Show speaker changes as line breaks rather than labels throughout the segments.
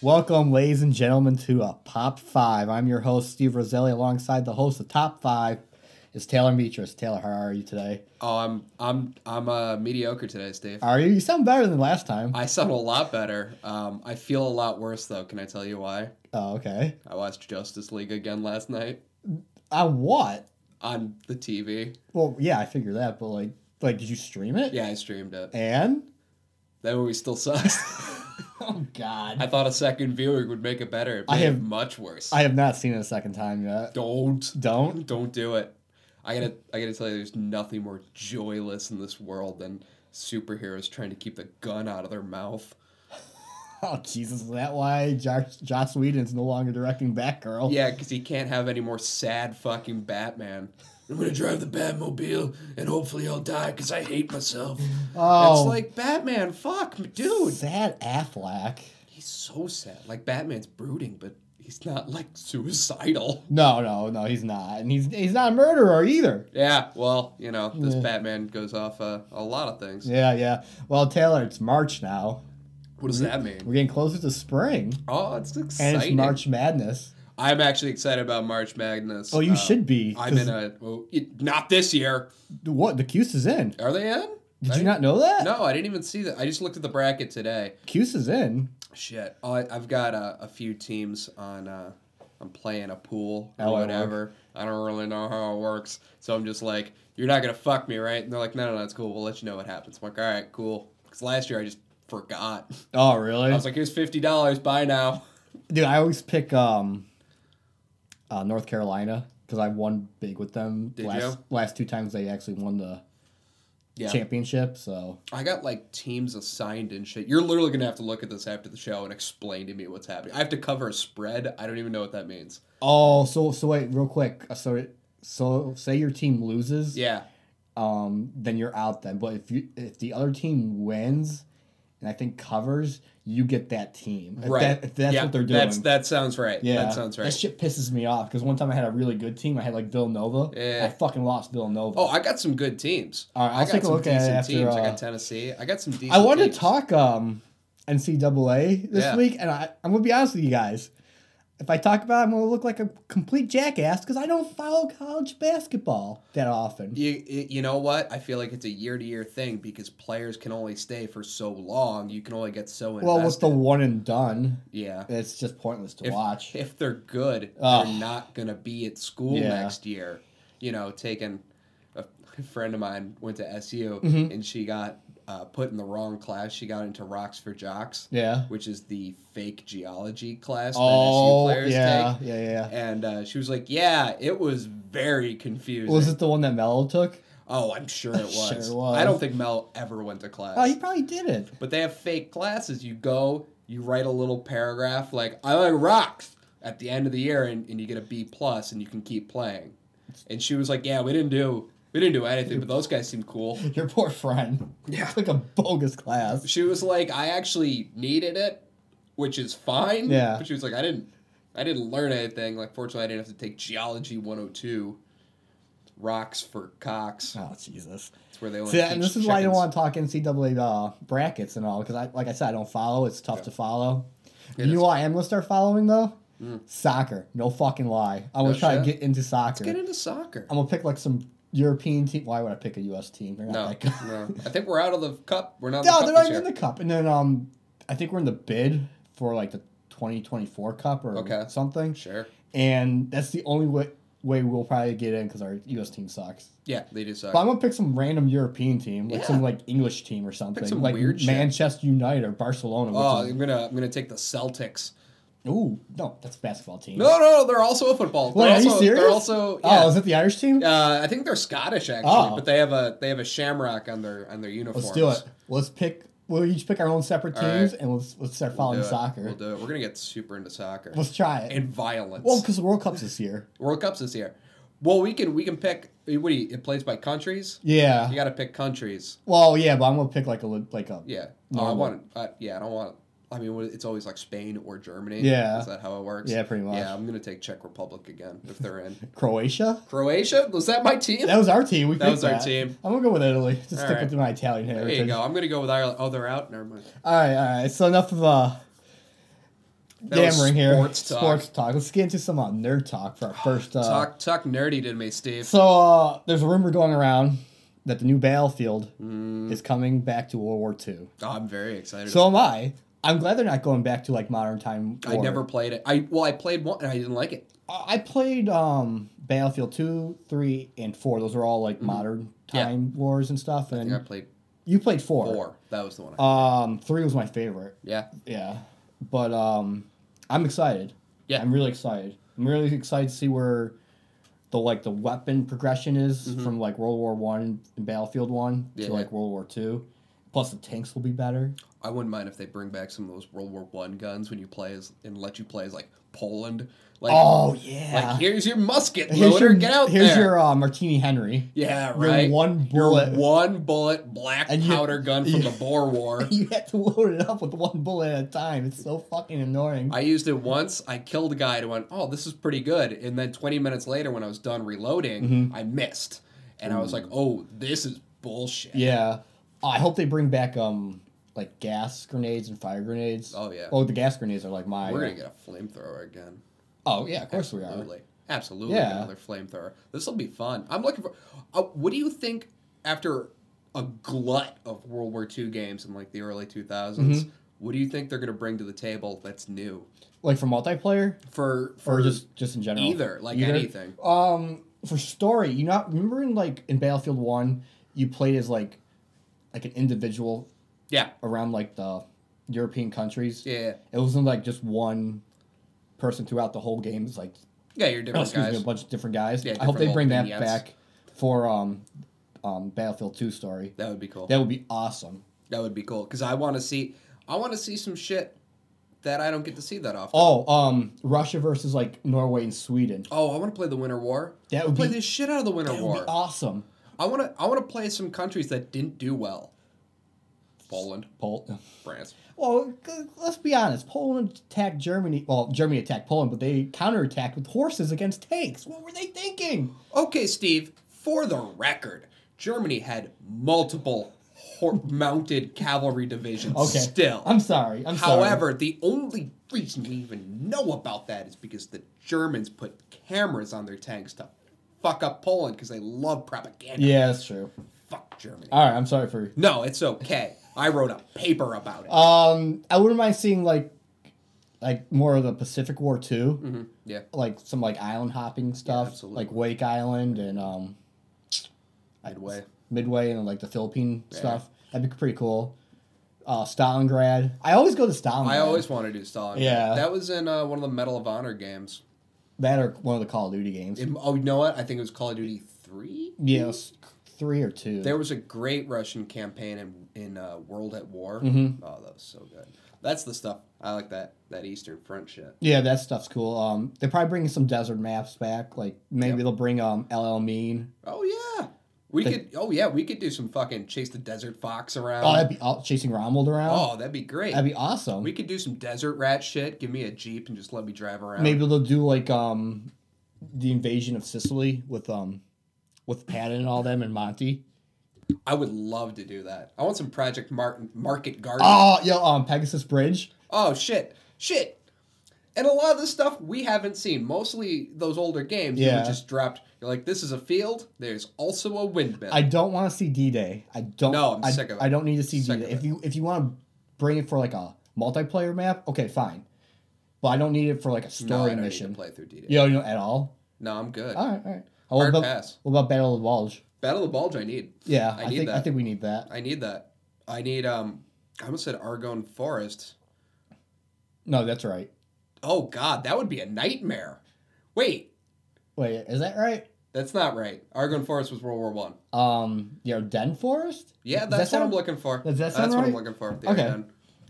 Welcome, ladies and gentlemen, to a Pop Five. I'm your host, Steve Roselli. Alongside the host of Top Five is Taylor Metris. Taylor, how are you today?
Oh, I'm I'm I'm uh, mediocre today, Steve.
Are you? You sound better than last time.
I sound a lot better. Um, I feel a lot worse though. Can I tell you why?
Oh, okay.
I watched Justice League again last night
On what?
on the TV.
Well, yeah, I figure that, but like, like, did you stream it?
Yeah, I streamed it.
And?
That movie still sucks.
Oh God.
I thought a second viewing would make it better. It
I
made it
have-
much worse.
I have not seen it a second time yet.
don't
Don't.
don't do it. I gotta I gotta tell you, there's nothing more joyless in this world than superheroes trying to keep the gun out of their mouth.
Oh Jesus! Is that why Josh Joss Whedon's no longer directing Batgirl?
Yeah, because he can't have any more sad fucking Batman. I'm gonna drive the Batmobile, and hopefully I'll die because I hate myself.
Oh,
It's like Batman, fuck, dude.
Sad Affleck.
He's so sad. Like Batman's brooding, but he's not like suicidal.
No, no, no, he's not, and he's he's not a murderer either.
Yeah, well, you know, this
Yeah.
Batman goes off uh, a lot of things.
Yeah, yeah. Well, Taylor, it's March now.
What does that mean?
We're getting closer to spring,
Oh, it's
and
exciting.
it's March Madness.
I'm actually excited about March Madness.
Oh, you
Uh,
should be.
I'm
'cause
in a well, it, not this year.
what? The Cuse is in.
Are they in?
Did
I
you not know that?
No, I didn't even see that. I just looked at the bracket today.
Cuse is in.
Shit, I, I've got a, a few teams on. Uh, I'm playing a pool or
That'll work.
whatever. I don't really know how it works, so I'm just like, "You're not gonna fuck me, right?" And they're like, "No, no, that's cool. We'll let you know what happens." I'm like, "All right, cool." Because last year I just forgot.
Oh, really?
I was like, "Here's fifty dollars. Buy now."
Dude, I always pick um, uh, North Carolina because I won big with them
Did
last
you?
last two times they actually won the
Yeah,
championship. So
I got like teams assigned and shit. You're literally gonna have to look at this after the show and explain to me what's happening. I have to cover a spread. I don't even know what that means.
Oh, so so wait, real quick. Uh, So it- so say your team loses,
Yeah,
um, then you're out then. But if you if the other team wins, and I think covers, you get that team. If
right.
that- if that's
Yeah,
what they're doing.
That's that sounds right.
yeah,
that sounds right.
That shit pisses me off because one time I had a really good team. I had like Villanova.
Yeah.
I fucking lost Villanova.
Oh, I got some good teams.
All right, I'll
I got
take a
some
look at it
decent
after,
teams. I
uh,
got Tennessee. I got some decent.
I wanted
teams.
to talk um NCAA this
Yeah.
week, and I I'm gonna be honest with you guys. If I talk about, it, I'm gonna look like a complete jackass because I don't follow college basketball that often.
You you you know what? I feel like it's a year to year thing because players can only stay for so long. You can only get so invested.
Well, with the one and done,
yeah.
it's just pointless to watch.
If they're good,
Ugh.
they're not going to be at school
Yeah.
next year. You know, taking a friend of mine went to SU
Mhm.
and she got uh, put in the wrong class. She got into Rocks for Jocks,
yeah.
which is the fake geology class that
Oh,
SU players
yeah,
take.
yeah, yeah,
And uh, she was like, "Yeah, it was very confusing."
Was it the one that Mello took?
Oh, I'm sure it was.
Sure was.
I don't think Mel ever went to class.
Oh, he probably did it.
But they have fake classes. You go, you write a little paragraph like "I like rocks" at the end of the year, and, and you get a B plus, and you can keep playing. And she was like, "Yeah, we didn't do we didn't do anything, but those guys seemed cool."
Your poor friend
Yeah.
took a bogus class.
She was like, "I actually needed it, which is fine."
Yeah.
But she was like, "I didn't I didn't learn anything. Like, fortunately, I didn't have to take geology 102." Rocks for cocks.
Oh Jesus!
That's where they only
See, and
teach
this is why I don't
chickens.
want to talk NCAA uh, brackets and all because I, like I said, I don't follow. It's tough to follow.
It
you know
is.
what I am gonna start following though?
Mm.
Soccer. No fucking lie. I'm gonna
No
try to
shit.
get into
Let's
soccer.
get into soccer.
I'm gonna pick like some European team. Why would I pick a U.S. team? They're not
No,
that good.
no. I think we're out of the cup. We're not. in the
No,
cup
they're
this
not even
year.
in the cup. And then um, I think we're in the bid for like the 2024 cup or
Okay.
something.
Sure.
And that's the only way, way we'll probably get in because our U.S. team sucks.
Yeah, they do suck.
But I'm gonna pick some random European team, like some
Yeah.
like English team or something,
some
like
weird shit.
Manchester United or Barcelona. Which
oh,
is,
I'm gonna I'm gonna take the Celtics.
ooh, no, that's a basketball team.
No, no, no, they're also a football.
Wait,
they're
are you
also,
serious?
They're also
Oh, is
yeah.
it the Irish team?
uh, I think they're Scottish actually,
Oh.
but they have a they have a shamrock on their on their uniforms.
Let's do it. Let's pick. We'll each pick our own separate
All
teams,
right.
and let's let's start
We'll
following
do it.
soccer.
We'll do it. We're gonna get super into soccer
Let's try it.
and violence.
well, because the World Cup's this year.
World Cups this year. Well, we can we can pick. What do you? It plays by countries.
Yeah.
You got to pick countries.
Well, yeah, but I'm gonna pick like a li- like a.
Yeah. Oh, I
Normal.
want. Uh, yeah, I don't want. I mean, what- it's always like Spain or Germany.
Yeah.
Is that how it works?
Yeah, pretty much.
Yeah, I'm gonna take Czech Republic again if they're in.
Croatia.
Croatia? Was that my team?
That was our team. We
That
picked
was our team.
I'm gonna go with Italy. Just stick
right.
with my Italian
there
heritage.
you go. I'm gonna go with Ireland. Oh, they're out. Never mind.
All right, all right. So enough of uh,
That was
Yammering here.
Sports talk.
Sports talk. Let's get into some uh, nerd talk for our first. Uh,
talk. Talk nerdy to me, Steve.
So uh, there's a rumor going around that the new battlefield
Mm,
is coming back to World War II.
oh, I'm very excited.
So am I. I'm glad they're not going back to like modern time.
I
war.
never played it. I well, I played one and I didn't like it.
I I played um, Battlefield two, three, and four. Those are all like modern
Mm-hmm. Yeah.
time wars and stuff.
I
And
think I played
you played four.
four. That was the one. I,
Um, three was my favorite.
yeah,
Yeah, but um, I'm excited.
Yeah.
I'm really excited. I'm really excited to see where the like the weapon progression is
Mhm.
from like World War One and Battlefield One
Yeah,
to like World War Two. Plus the tanks will be better.
I wouldn't mind if they bring back some of those World War One guns when you play as and let you play as like Poland. Like,
oh yeah.
like here's your musket
Here's
loader.
your,
Get out
here's
there.
your uh, Martini Henry.
yeah,
Your
right.
one
Your
bullet.
one bullet black
And you-
powder gun from
you-
the Boer War.
you had to load it up with one bullet at a time. It's so fucking annoying.
I used it once. I killed a guy and went, "Oh, this is pretty good." And then 20 minutes later, when I was done reloading,
Mm-hmm.
I missed, and I was like, "Oh, this is bullshit."
Mm. yeah. Uh, I hope they bring back um like gas grenades and fire grenades.
Oh, yeah.
Oh, the gas grenades are like my.
We're gonna get a flamethrower again.
Oh yeah, of course we are.
Absolutely, absolutely.
Yeah.
Another flamethrower. This will be fun. I'm looking for. Uh, what do you think after a glut of World War II games in like the early 2000s?
Mm-hmm.
What do you think they're gonna bring to the table that's new
Like for multiplayer
for for
or just just in general.
either like anything?
Um, for story, you not remember in like in Battlefield One, you played as like like an individual
Yeah,
around like the European countries.
yeah,
It wasn't like just one person throughout the whole game. It's like
yeah. You're
Oh,
different
excuse me,
guys.
a bunch of different guys.
Yeah,
I hope
different
they bring
little
that
vignettes.
back for um, um, Battlefield Two story.
That would be cool.
That would be awesome.
That would be cool because I want to see I want to see some shit that I don't get to see that often.
Oh, um, Russia versus like Norway and Sweden.
Oh, I want to play the Winter War.
That would
play
be-
the shit out of the Winter
That would
War.
be awesome.
I want to I want to play some countries that didn't do well. Poland,
Pol-
France.
well, c- let's be honest. Poland attacked Germany. Well, Germany attacked Poland, but they counterattacked with horses against tanks. What were they thinking?
Okay, Steve. For the record, Germany had multiple hor- mounted cavalry divisions.
Okay.
Still,
I'm sorry. I'm sorry.
However, the only reason we even know about that is because the Germans put cameras on their tanks to fuck up Poland because they love propaganda.
Yeah, that's true.
Fuck Germany.
All right, I'm sorry for
no, it's okay. I wrote a paper about it.
Um, I wouldn't mind seeing like, like more of the Pacific War too,
Mhm, Yeah.
like some like island hopping stuff,
absolutely.
like Wake Island and um,
Midway.
Midway and like the Philippine stuff. That'd be pretty cool. Uh, Stalingrad. I always go to Stalingrad.
I always wanted to do Stalingrad.
Yeah.
That was in uh, one of the Medal of Honor games.
that or one of the Call of Duty games.
It- oh, you know what? I think it was Call of Duty 3?
yes, three or two.
There was a great Russian campaign in, in uh, World at War.
Mhm.
Oh, that was so good. That's the stuff. I like that, that Eastern Front shit.
yeah, that stuff's cool. Um, they're probably bringing some desert maps back. Like maybe
Yep.
they'll bring um LL Mean.
Oh yeah, we
They-
could. Oh yeah, we could do some fucking chase the desert fox around.
Oh, that'd be all chasing Rommel around.
Oh, that'd be great.
that'd be awesome.
we could do some desert rat shit. Give me a jeep and just let me drive around.
Maybe they'll do like um the invasion of Sicily with um with Patton and all them and Monty.
I would love to do that. I want some Project Martin Market Garden. Oh,
Oh, yo, um Pegasus Bridge.
shit, shit. And a lot of the stuff we haven't seen, mostly those older games, yeah.
Yeah.
you just dropped. You're like, this is a field. There's also a windmill.
I don't want to see D Day. I don't.
No, I'm
I-
sick of it.
I don't need to see
Sick
D
of
Day.
it.
If you if you want to bring it for like a multiplayer map, okay, fine. But I don't need it for like a
no, I
story
don't need
mission.
to play through D-Day.
You know, you know, at all.
No, I'm good.
All right, all right. Oh,
Hard
what, about,
pass.
what about Battle of the Bulge?
Battle of the Bulge, I need.
Yeah,
I
I,
need
think I
that.
think we need that.
I need that. I need um I almost said Argonne Forest.
No, that's right.
Oh god, that would be a nightmare. Wait,
Wait, is that right?
that's not right. Argonne Forest was World War One.
Um, you know, Den Forest.
Yeah,
Does
that's
that
what I'm
sound-
looking for.
does that
that's
sound
what I'm
right?
looking for.
Okay.
okay.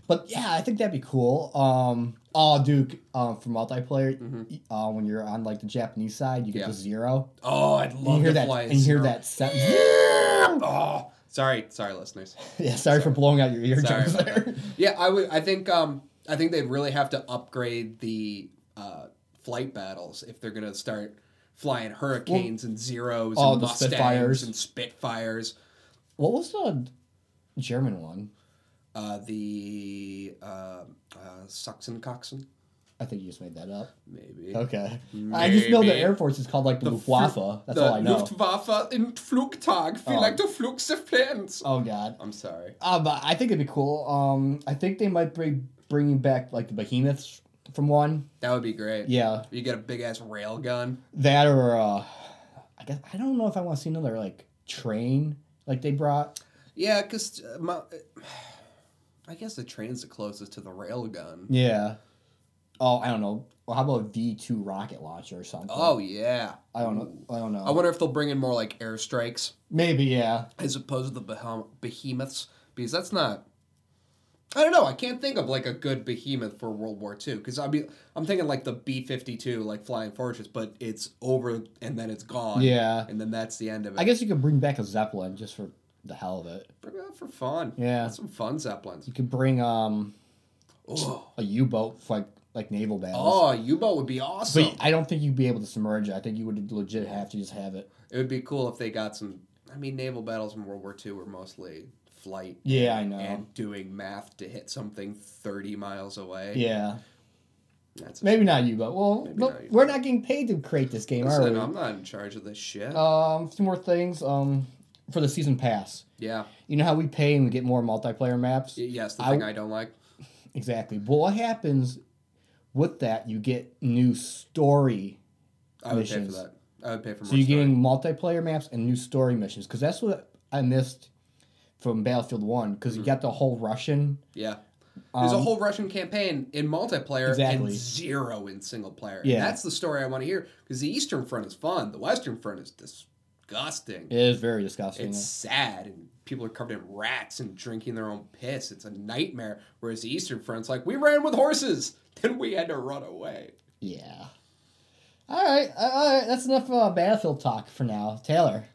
But yeah, I think that'd be cool. Um, oh, Duke, um, for multiplayer,
Mhm.
uh, when you're on like the Japanese side, you get
Yeah.
the zero.
Oh, I'd
And you
love
hear
to
that,
fly
and you hear that sound. yeah,
Oh, sorry, sorry, listeners.
sorry for blowing out your
Sorry
eardrums
about
there.
that. Yeah, I would. I think. Um, I think they'd really have to upgrade the uh, flight battles if they're gonna start flying hurricanes and zeros
all
and
the
mustangs
Spitfires.
and spitfires.
What was the German one?
uh, the uh, uh, Saxon Coxon.
I think you just made that up.
Maybe.
Okay. I just know the Air Force is called like the,
The
Luftwaffe.
fl-
That's
the
all I know.
Luftwaffe in Flugtag, vielleicht oh. Flugseplans.
oh God.
I'm sorry.
Um, I think it'd be cool. Um, I think they might be bringing back like the behemoths from one.
That would be great.
Yeah,
You get a big ass rail gun.
that or uh, I guess I don't know if I want to see another like train like they brought.
Yeah, because my. uh, I guess the train's the closest to the rail
Mm.
gun.
Yeah. Oh, I don't know. Well, how about V two rocket launcher or something?
Oh yeah.
I don't know. I don't know.
I wonder if they'll bring in more like airstrikes
Maybe yeah.
as opposed to the behem- behemoths because that's not. I don't know. I can't think of like a good behemoth for World War II because I mean I'm thinking like the B fifty two like Flying Fortress, but it's over and then it's gone.
Yeah.
And then that's the end of it.
I guess you could bring back a zeppelin just for the hell of it.
Bring it out for fun.
Yeah.
Some fun zeppelins.
You could bring um
Oh,
a U boat for like like naval battles.
oh, U boat would be awesome.
But I don't think you'd be able to submerge it. I think you would legit have to just have it.
It would be cool if they got some. I mean, naval battles in World War II were mostly flight
Yeah, I know.
and doing math to hit something 30 miles away.
yeah.
That's a,
Maybe not you, but well,
Maybe
but
not you.
we're not getting paid to create this game, are
Listen,
we?
I'm not in charge of this shit.
Um, two more things. Um, for the season pass,
yeah.
you know how we pay and we get more multiplayer maps.
Y- Yes, the
I-
thing I don't like.
Exactly. Well, what happens with that? You get new story.
I would
missions.
pay for that. I would pay for more.
So you're
story.
getting multiplayer maps and new story missions because that's what I missed from Battlefield One because
Mm.
you got the whole Russian.
Yeah. There's a
Um,
whole Russian campaign in multiplayer
Exactly.
and zero in single player.
Yeah.
And that's the story I want to hear because the Eastern Front is fun. The Western Front is disgusting.
It is very disgusting.
It's sad, and people are covered in rats and drinking their own piss. It's a nightmare. Whereas the Eastern Front's like, we ran with horses, then we had to run away.
yeah. All right, all right. That's enough uh, Battlefield talk for now. Taylor,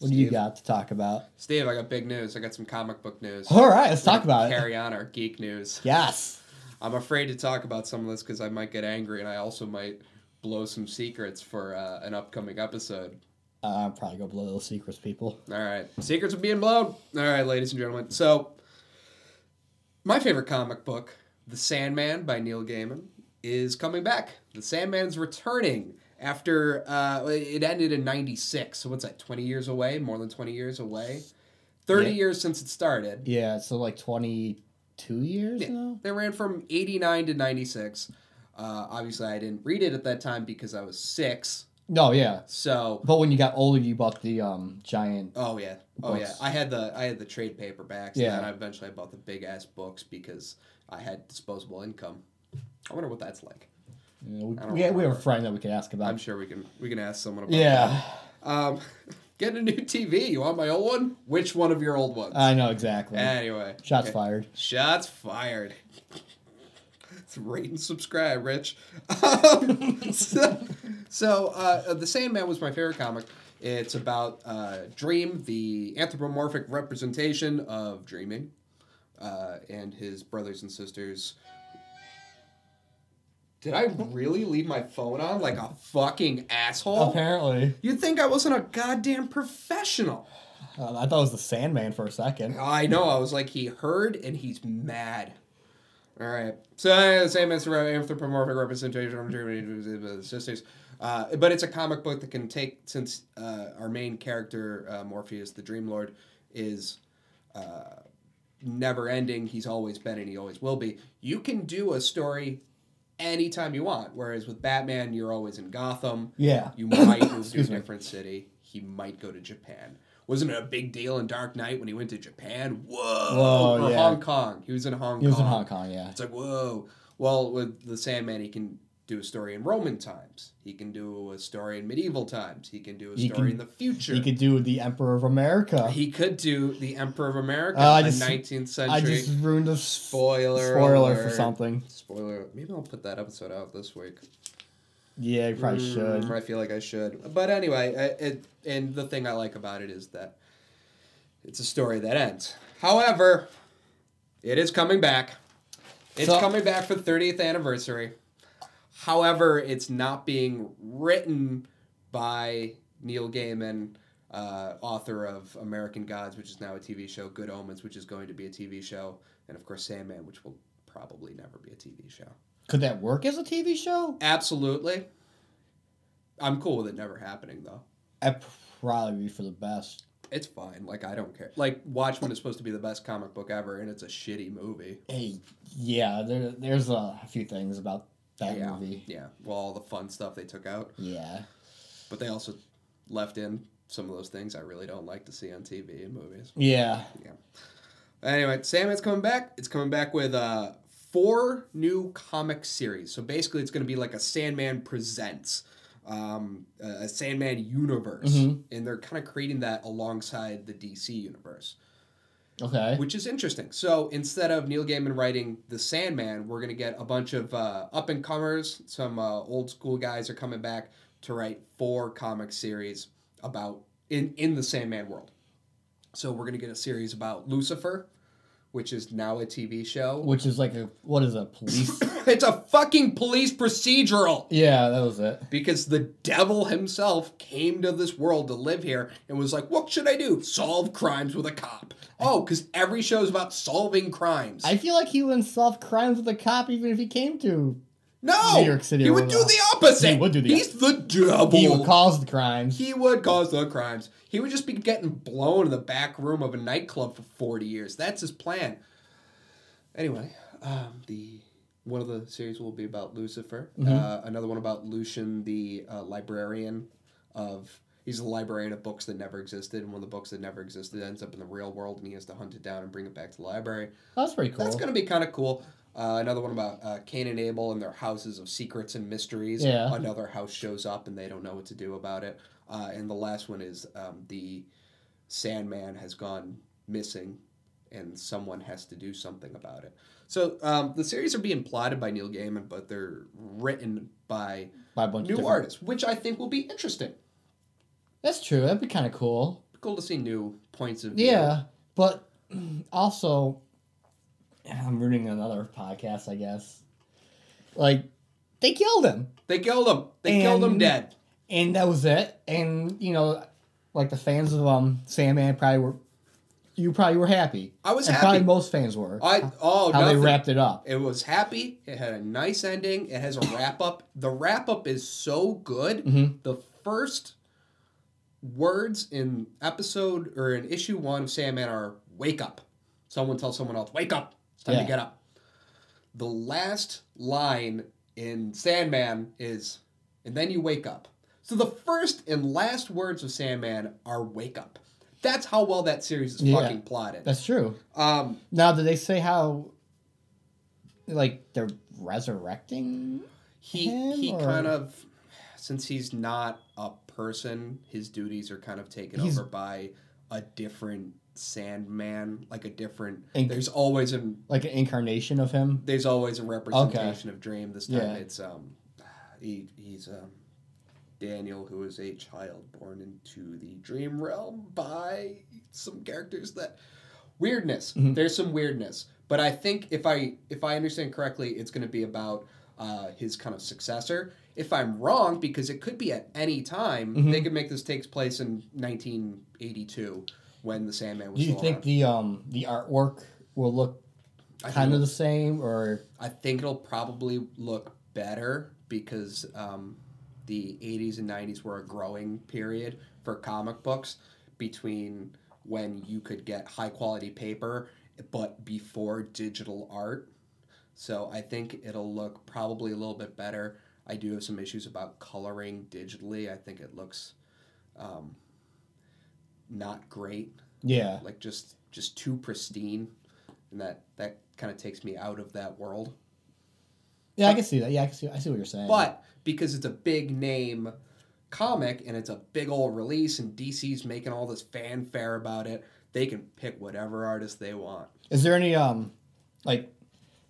what do you
Steve.
got to talk about?
Steve, I got big news. I got some comic book news.
All right, let's talk about it.
Carry on our geek news.
Yes.
I'm afraid to talk about some of this because I might get angry, and I also might blow some secrets for uh, an upcoming episode.
Uh, I'm probably gonna blow those secrets, people.
All right. Secrets are being blown. All right, ladies and gentlemen. So, my favorite comic book, The Sandman by Neil Gaiman, is coming back. The Sandman's returning after uh, it ended in 96. So, what's that, 20 years away? More than 20 years away? 30
Yeah.
years since it started.
Yeah, so like 22 years now.
They ran from 89 to 96. Uh, obviously, I didn't read it at that time because I was six.
No, yeah.
So,
But when you got older, you bought the um giant.
Oh yeah, oh yeah.
Books.
I had the I had the trade paperbacks.
Yeah.
Yeah. And then I eventually bought the big ass books because I had disposable income. I wonder what that's like.
You know, we,
don't
we, had- we have a
remember.
friend that we could ask about.
I'm sure we can we can ask someone about.
yeah,
That. Um, getting a new TV. You want my old one? Which one of your old ones?
I know exactly.
anyway.
Uh, Shots
okay.
fired.
Shots fired. Rate and subscribe, Rich. Um, so, so, uh, The Sandman was my favorite comic. It's about uh, Dream, the anthropomorphic representation of Dreaming, uh, and his brothers and sisters. Did I really leave my phone on like a fucking asshole?
Apparently,
You'd think I wasn't a goddamn professional.
Uh, I thought it was the Sandman for a second.
I know. I was like, he heard and he's mad. All right. So uh, same as the anthropomorphic representation of Germany sisters, uh, but it's a comic book that can take since uh, our main character uh, Morpheus, the Dream Lord, is uh, never ending. He's always been and he always will be. You can do a story anytime you want. Whereas with Batman, you're always in Gotham.
Yeah,
You might move to a
Excuse me.
different city. He might go to Japan. Wasn't it a big deal in Dark Knight when he went to Japan? Whoa!
Whoa,
or
yeah.
Hong Kong. He was in Hong
he
Kong.
was in Hong Kong. Yeah,
It's like, whoa. Well, with the Sandman, he can do a story in Roman times. He can do a story in medieval times. He can do a
He
story
can-
in the future.
he could do the Emperor of America.
He could do the Emperor of America,
Uh, I
the
just-
19th century.
I just ruined a spoiler,
spoiler
spoiler for
alert.
something.
Spoiler. Maybe I'll put that episode out this week.
Yeah, you probably
Mm,
should.
I feel like I should. But anyway, I, it, and the thing I like about it is that it's a story that ends. However, it is coming back. It's
So-
coming back for the 30th anniversary. However, it's not being written by Neil Gaiman, uh, author of American Gods, which is now a TV show, Good Omens, which is going to be a TV show, and of course Sandman, which will probably never be a TV show.
Could that work as a TV show?
Absolutely. I'm cool with it never happening though.
That'd probably be for the best.
It's fine. Like I don't care. Like Watchmen is supposed to be the best comic book ever, and it's a shitty movie.
Hey, yeah, there, there's a few things about that
yeah.
movie.
Yeah. Well, all the fun stuff they took out,
Yeah.
but they also left in some of those things I really don't like to see on TV and movies.
Yeah.
Anyway, Sam, it's coming back. It's coming back with uh, four new comic series. So basically, it's going to be like a Sandman presents, um, a a Sandman universe,
Mhm.
and they're kind of creating that alongside the DC universe,
Okay.
which is interesting. So instead of Neil Gaiman writing the Sandman, we're going to get a bunch of uh, up and comers. Some uh, old school guys are coming back to write four comic series about in in the Sandman world. So we're gonna get a series about Lucifer, which is now a TV show.
Which is like a what is a police?
it's a fucking police procedural
yeah, that was it.
because the devil himself came to this world to live here and was like, "What should I do? Solve crimes with a cop?" Oh, because every show is about solving crimes.
I feel like he wouldn't solve crimes with a cop even if he came to.
no,
New York City
He
or
would do
whatever.
the opposite.
He would do the
He's the devil.
He would cause the crimes.
He would cause the crimes. He would just be getting blown in the back room of a nightclub for 40 years. That's his plan. Anyway, um, the one of the series will be about Lucifer.
Mm-hmm.
Uh, another one about Lucian, the uh, librarian of. He's a librarian of books that never existed, and one of the books that never existed ends up in the real world, and he has to hunt it down and bring it back to the library.
That's pretty cool.
That's going to be kind of cool. Uh, another one about uh, Cain and Abel and their houses of secrets and mysteries.
Yeah.
Another house shows up and they don't know what to do about it. Uh, and the last one is um, the Sandman has gone missing and someone has to do something about it. So um, the series are being plotted by Neil Gaiman, but they're written by
By a bunch of
new
different-
artists, which I think will be interesting.
That's true. That'd be kind of cool.
Cool to see new points of view.
Yeah, but also, I'm reading another podcast, I guess. Like, they killed him,
They killed him. They killed him
And-
dead.
and that was it. And you know, like the fans of um Sandman probably were, you probably were happy.
I was
and
happy.
Probably most fans were.
I oh
how they
nothing.
wrapped it up.
It was happy. It had a nice ending. It has a wrap up. The wrap up is so good.
Mhm.
The first words in episode or in issue one of Sandman are "Wake up." Someone tells someone else, "Wake up! It's time
Yeah.
to get up." The last line in Sandman is, "And then you wake up." So the first and last words of Sandman are "Wake up." That's how well that series is
Yeah.
fucking plotted.
That's true.
Um,
Now, did they say how? Like they're resurrecting.
he
him,
he
or-
kind of since he's not a person his duties are kind of taken
He's-
over by a different sandman like a different
Inc-
there's always an
Like an incarnation of him.
there's always a representation of dream this time
Yeah.
it's um he, he's um daniel who is a child born into the dream realm by some characters that weirdness
Mhm.
there's some weirdness but i think if i if i understand correctly it's going to be about uh, his kind of successor if i'm wrong because it could be at any time
Mhm.
they could make this takes place in 1982 when the sandman was
Do you
still
think
around.
the um the artwork will look
uh, I think
kind
it
of the same or?
I think it'll probably look better because um, the 80s and 90s were a growing period for comic books between when you could get high quality paper but before digital art. So I think it'll look probably a little bit better. I do have some issues about coloring digitally. I think it looks um, not great
Yeah.
like just just too pristine and that that kind of takes me out of that world
Yeah, I can see that. Yeah, I can see. I see what you're saying.
but because it's a big name comic and it's a big old release and dc's making all this fanfare about it they can pick whatever artist they want
is there any um, like,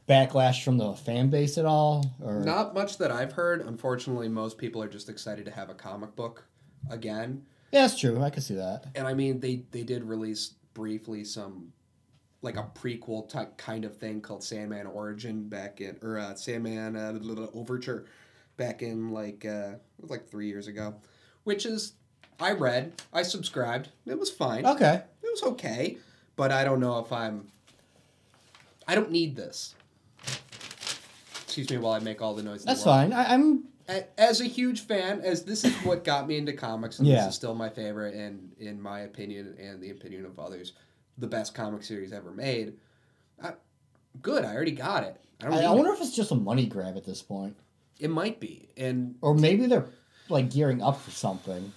backlash from the fan base at all? Or
not much that i've heard unfortunately most people are just excited to have a comic book again
yeah, that's true. I can see that.
and I mean they they did release briefly some like a prequel type kind of thing called Sandman Origin back in or uh, Sandman uh, blah, blah, blah, Overture back in like uh, it was like three years ago, which is I read I subscribed it was fine
Okay.
it was okay but I don't know if I'm I don't need this excuse me while I make all the noise. in the
That's
world.
fine. I, I'm
A- As a huge fan, as this is what got me into comics, and
Yeah.
this is still my favorite, and in my opinion, and the opinion of others, the best comic series ever made. I, good, I already got it. I don't.
I,
need
I
it.
wonder if it's just a money grab at this point.
It might be, and
Or maybe they're like gearing up for something.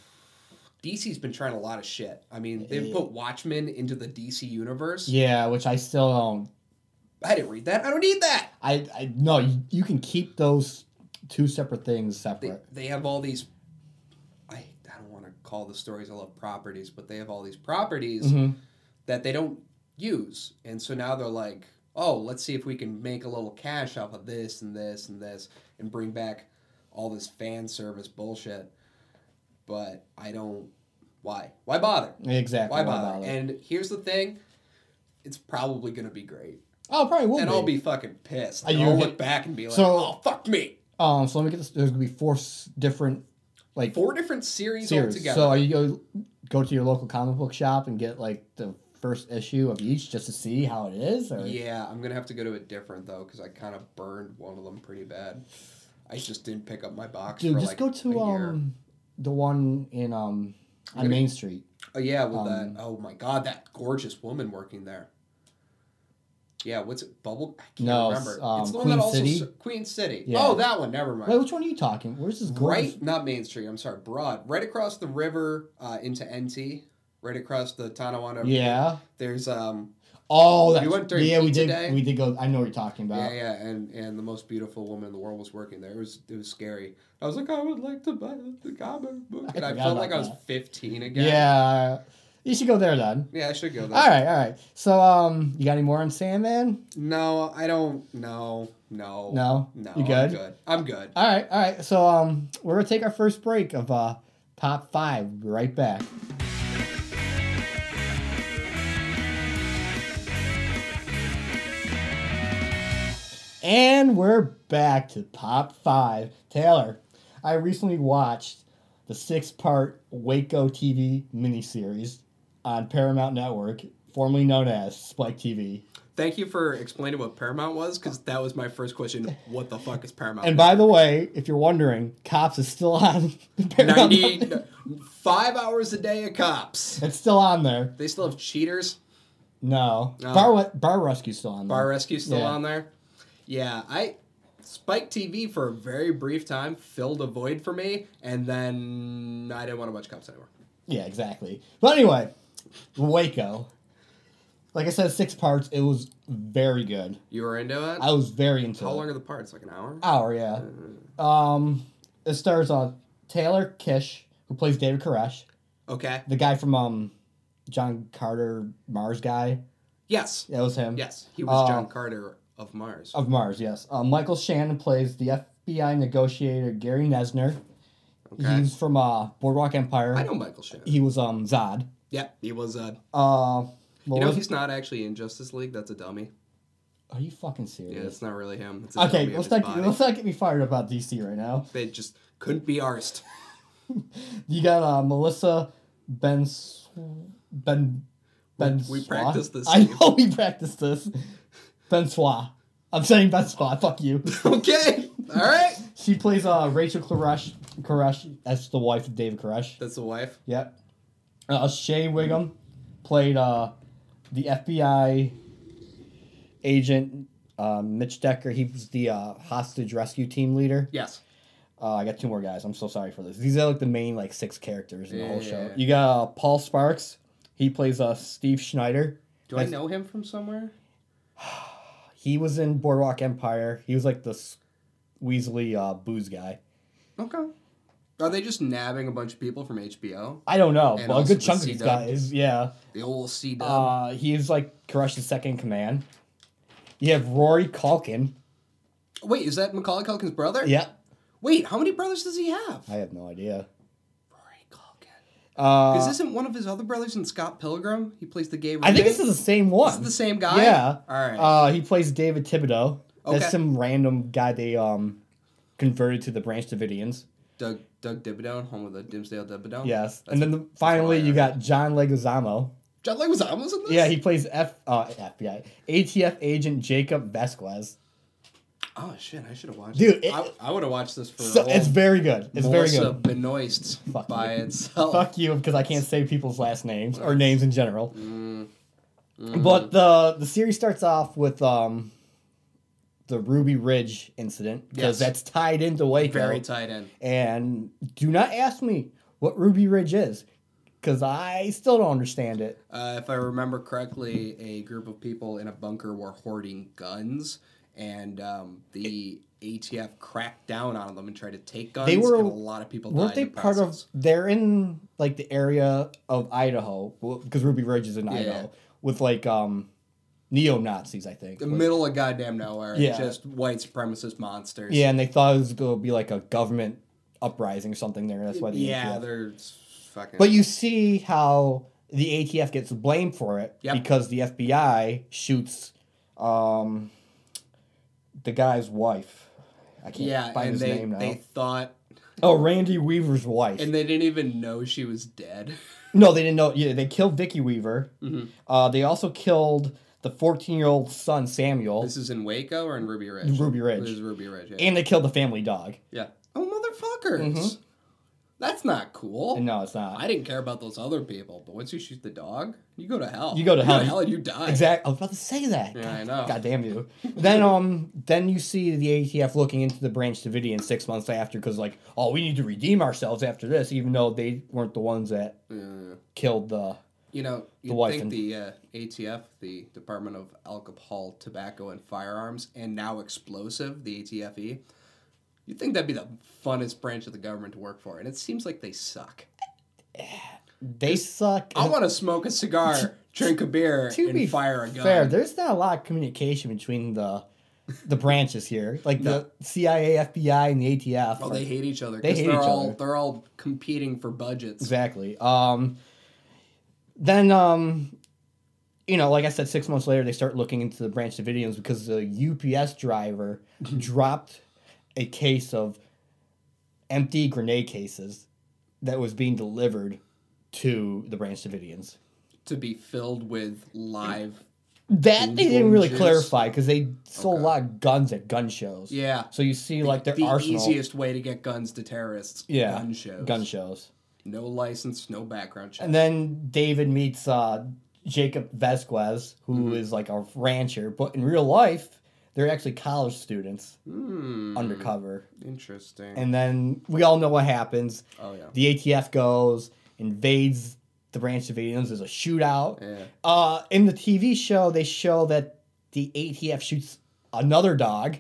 DC's been trying a lot of shit. I mean, they
Yeah.
put Watchmen into the DC universe.
Yeah, which I still don't
I didn't read that. I don't need that.
I, I no, you, you can keep those two separate things
They,
separate.
they have all these. I, I don't want to call the stories I love properties, but they have all these properties
hmm
that they don't use, and so now they're like, oh, let's see if we can make a little cash off of this and this and this, and bring back all this fan service bullshit. But I don't. Why? Why bother?
Exactly.
Why bother? And here's the thing. It's probably gonna be great,
oh, it probably will.
and
be.
I'll be fucking pissed.
Are
And
you
I'll
hit-
look back and be like,
So-
"Oh fuck me!"
Um, so let me get this. There's gonna be four s- different like
Four different series,
series.
altogether.
So are you go go to your local comic book shop and get like the first issue of each just to see how it is? Or?
yeah, I'm gonna have to go to a different though because I kind of burned one of them pretty bad. I just didn't pick up my box.
Dude,
for
just
like
go
a
to
year.
um the one in um on
You're gonna-
Main Street.
Oh yeah, with that.
um,
Oh my god, that gorgeous woman working there. Yeah, what's it? Bubble? I can't
No,
remember.
it's, um,
the
Queen City?
ser- Queen City.
Yeah.
Oh, that one. Never mind.
Wait, which one are you talking? Where's this gorgeous?
right not main street i'm sorry broad right across the river uh, into nt right across the tonawanda
Yeah.
there's um
Oh, that's,
went during
yeah. We
peak
did.
today?
We did go. I know what you're talking about.
yeah yeah and and the most beautiful woman in the world was working there it was it was scary i was like i would like to buy the comic book
I
and i,
forgot
felt
about
like i was
that.
15 again
Yeah. You should go there then.
yeah i should go there
All right, all right. So, um, you got any more on Sandman?
no i don't no no
No?
Oh, no
You
i'm
good?
good i'm good
All right, all right. So, um, we're gonna take our first break of uh, top five. We'll be right back. And we're back to Pop 5. Taylor, I recently watched the six part Waco TV miniseries on Paramount Network, formerly known as Spike TV.
thank you for explaining what paramount was because that was my first question what the fuck is paramount
And by the way, if you're wondering, Cops is still on Paramount.
90 five hours a day of cops
It's still on there.
They still have cheaters.
No.
No.
Bar Bar Rescue's still on there.
Oh. Bar Rescue still
Yeah.
on there. Yeah, I Spike TV for a very brief time filled a void for me, and then I didn't want to watch cops anymore.
yeah, exactly. But anyway, Waco. Like I said, six parts. It was very good.
You were into it.
I was very into
How
it.
long are the parts? Like an hour.
Hour, yeah. Um, it stars on Taylor Kish, who plays David Koresh,
Okay.
the guy from um, John Carter Mars guy.
Yes.
That was him.
Yes. He was
Uh,
John Carter of Mars.
Of Mars, yes. Uh, Michael Shannon plays the FBI negotiator Gary Nesner.
Okay.
He's from uh, Boardwalk Empire.
I know Michael Shannon.
He was um Zod.
Yeah, he was. Uh,
Uh,
you know,
Melissa-
he's not actually in Justice League. That's a dummy.
are you fucking
Yeah,
serious?
it's not really him. It's a
okay,
dummy of
let's
his
not
body.
let's not get me fired up about DC right now.
They just couldn't be arsed.
You got uh, Melissa Ben Sw- Ben Ben.
We- we
Swa?
practiced this,
I
Steve.
know we practiced this. Bensois. I'm saying Bensois. Fuck you.
okay. All right.
She plays uh Rachel Koresh. Koresh. That's the wife of David Koresh.
That's the wife.
Yep. Uh, Shay Wiggum played uh, the FBI agent uh, Mitch Decker. He was the uh, hostage rescue team leader.
Yes.
Uh, I got two more guys. I'm so sorry for this. These are like the main like six characters in the whole show.
Yeah.
You got uh, Paul Sparks. He plays uh, Steve Schneider.
Do I
That's-
know him from somewhere?
He was in Boardwalk Empire. He was like this Weasley uh, booze guy.
Okay. Are they just nabbing a bunch of people from HBO?
I don't know,
And
but a
also
good chunk of
the
these
C-Dub.
guys, yeah.
The old C dub.
Uh, he is like Koresh's second in command. You have Rory Calkin.
Wait, is that Macaulay Culkin's brother?
Yep.
Wait, how many brothers does he have?
I have no idea.
Rory Culkin.
Uh,
Because isn't one of his other brothers in Scott Pilgrim? He plays the
I
gay.
think
roommate?
this is the same
This is
one.
the same guy.
Yeah.
All right.
Uh, he plays David Thibodeau.
Okay.
That's some random guy they um converted to the Branch Davidians.
Doug Doug Dibidone, home of the Dimsdale Dibidone.
Yes.
That's
and then the, finally, you
hilarious.
got John Leguizamo.
John Leguizamo was in this.
Yeah, he plays F uh, FBI ATF agent Jacob Vasquez.
Oh shit! I should have watched.
Dude,
this.
it-
I, I would have watched this for.
So
all
it's very good. It's very
Melissa
good.
Benoist
Fuck
by
you.
itself.
Fuck you, because I can't say people's last names or names in general.
Mm.
But the the series starts off with um, the Ruby Ridge incident because
Yes.
that's tied into Waco.
very tight end.
and do not ask me what Ruby Ridge is because I still don't understand it.
Uh, if I remember correctly, a group of people in a bunker were hoarding guns, and um, the ATF cracked down on them and tried to take guns.
were-
and a lot of people
Weren't
died
they
in the
part of?
process.
They're in like the area of Idaho because Ruby Ridge is in Idaho with like um, neo Nazis, I think.
the middle of goddamn nowhere?
Yeah.
just white supremacist monsters.
Yeah, and they thought it was going to be like a government uprising or something there. That's why the
yeah,
ATF.
they're s- fucking.
But you see how the ATF gets blamed for it
Yep.
because the FBI shoots um, the guy's wife. I can't
yeah,
find
and
his
they
name now.
they thought,
Oh, Randy Weaver's wife.
and they didn't even know she was dead.
no, they didn't know. Yeah, they killed Vicky Weaver.
Mhm.
Uh, they also killed the 14 year old son, Samuel,
This is in Waco or in Ruby Ridge.
Ruby
This is
Ridge.
Ruby Ridge. Yeah.
And they killed the family dog.
yeah. Oh motherfuckers!
Mhm.
That's not cool.
And no, it's not.
I didn't care about those other people, but once you shoot the dog, you go to hell.
You go to hell.
and you die.
Exactly. I was about to say that.
Yeah,
God,
I know.
God damn you. then um, then you see the ATF looking into the Branch Davidian six months after because like, oh, we need to redeem ourselves after this, even though they weren't the ones that
Yeah.
killed the.
You know, you
wife
think
and-
the uh, ATF, the Department of Alcohol, Tobacco, and Firearms, and now explosive, the ATFE, E, you'd think that'd be the funnest branch of the government to work for, and it seems like they suck.
They suck.
I want to smoke a cigar, drink a beer,
to be
and fire a gun.
fair. There's not a lot of communication between the the branches here, like the CIA, FBI, and the ATF.
well,
are-
they hate each other
They
because
hate
they are
each
all
other.
they're all competing for budgets.
Exactly. Um, then, um, you know, like I said, six months later, they start looking into the Branch Davidians because the UPS driver dropped a case of empty grenade cases that was being delivered to the Branch Davidians.
To be filled with live,
That they didn't really
Oranges.
clarify because they sold
Okay.
a lot of guns at gun shows.
yeah,
So you see, like their
the
arsenal
easiest way to get guns to terrorists.
Yeah,
gun shows.
gun shows.
No license, no background check.
And then David meets uh, Jacob Vasquez, who is
Mhm.
like a rancher, but in real life, they're actually college students
Hmm,
undercover.
Interesting.
And then we all know what happens.
oh yeah.
The ATF goes, invades the Branch Davidians. There's a shootout.
Yeah.
Uh, in the TV show, they show that the ATF shoots another dog.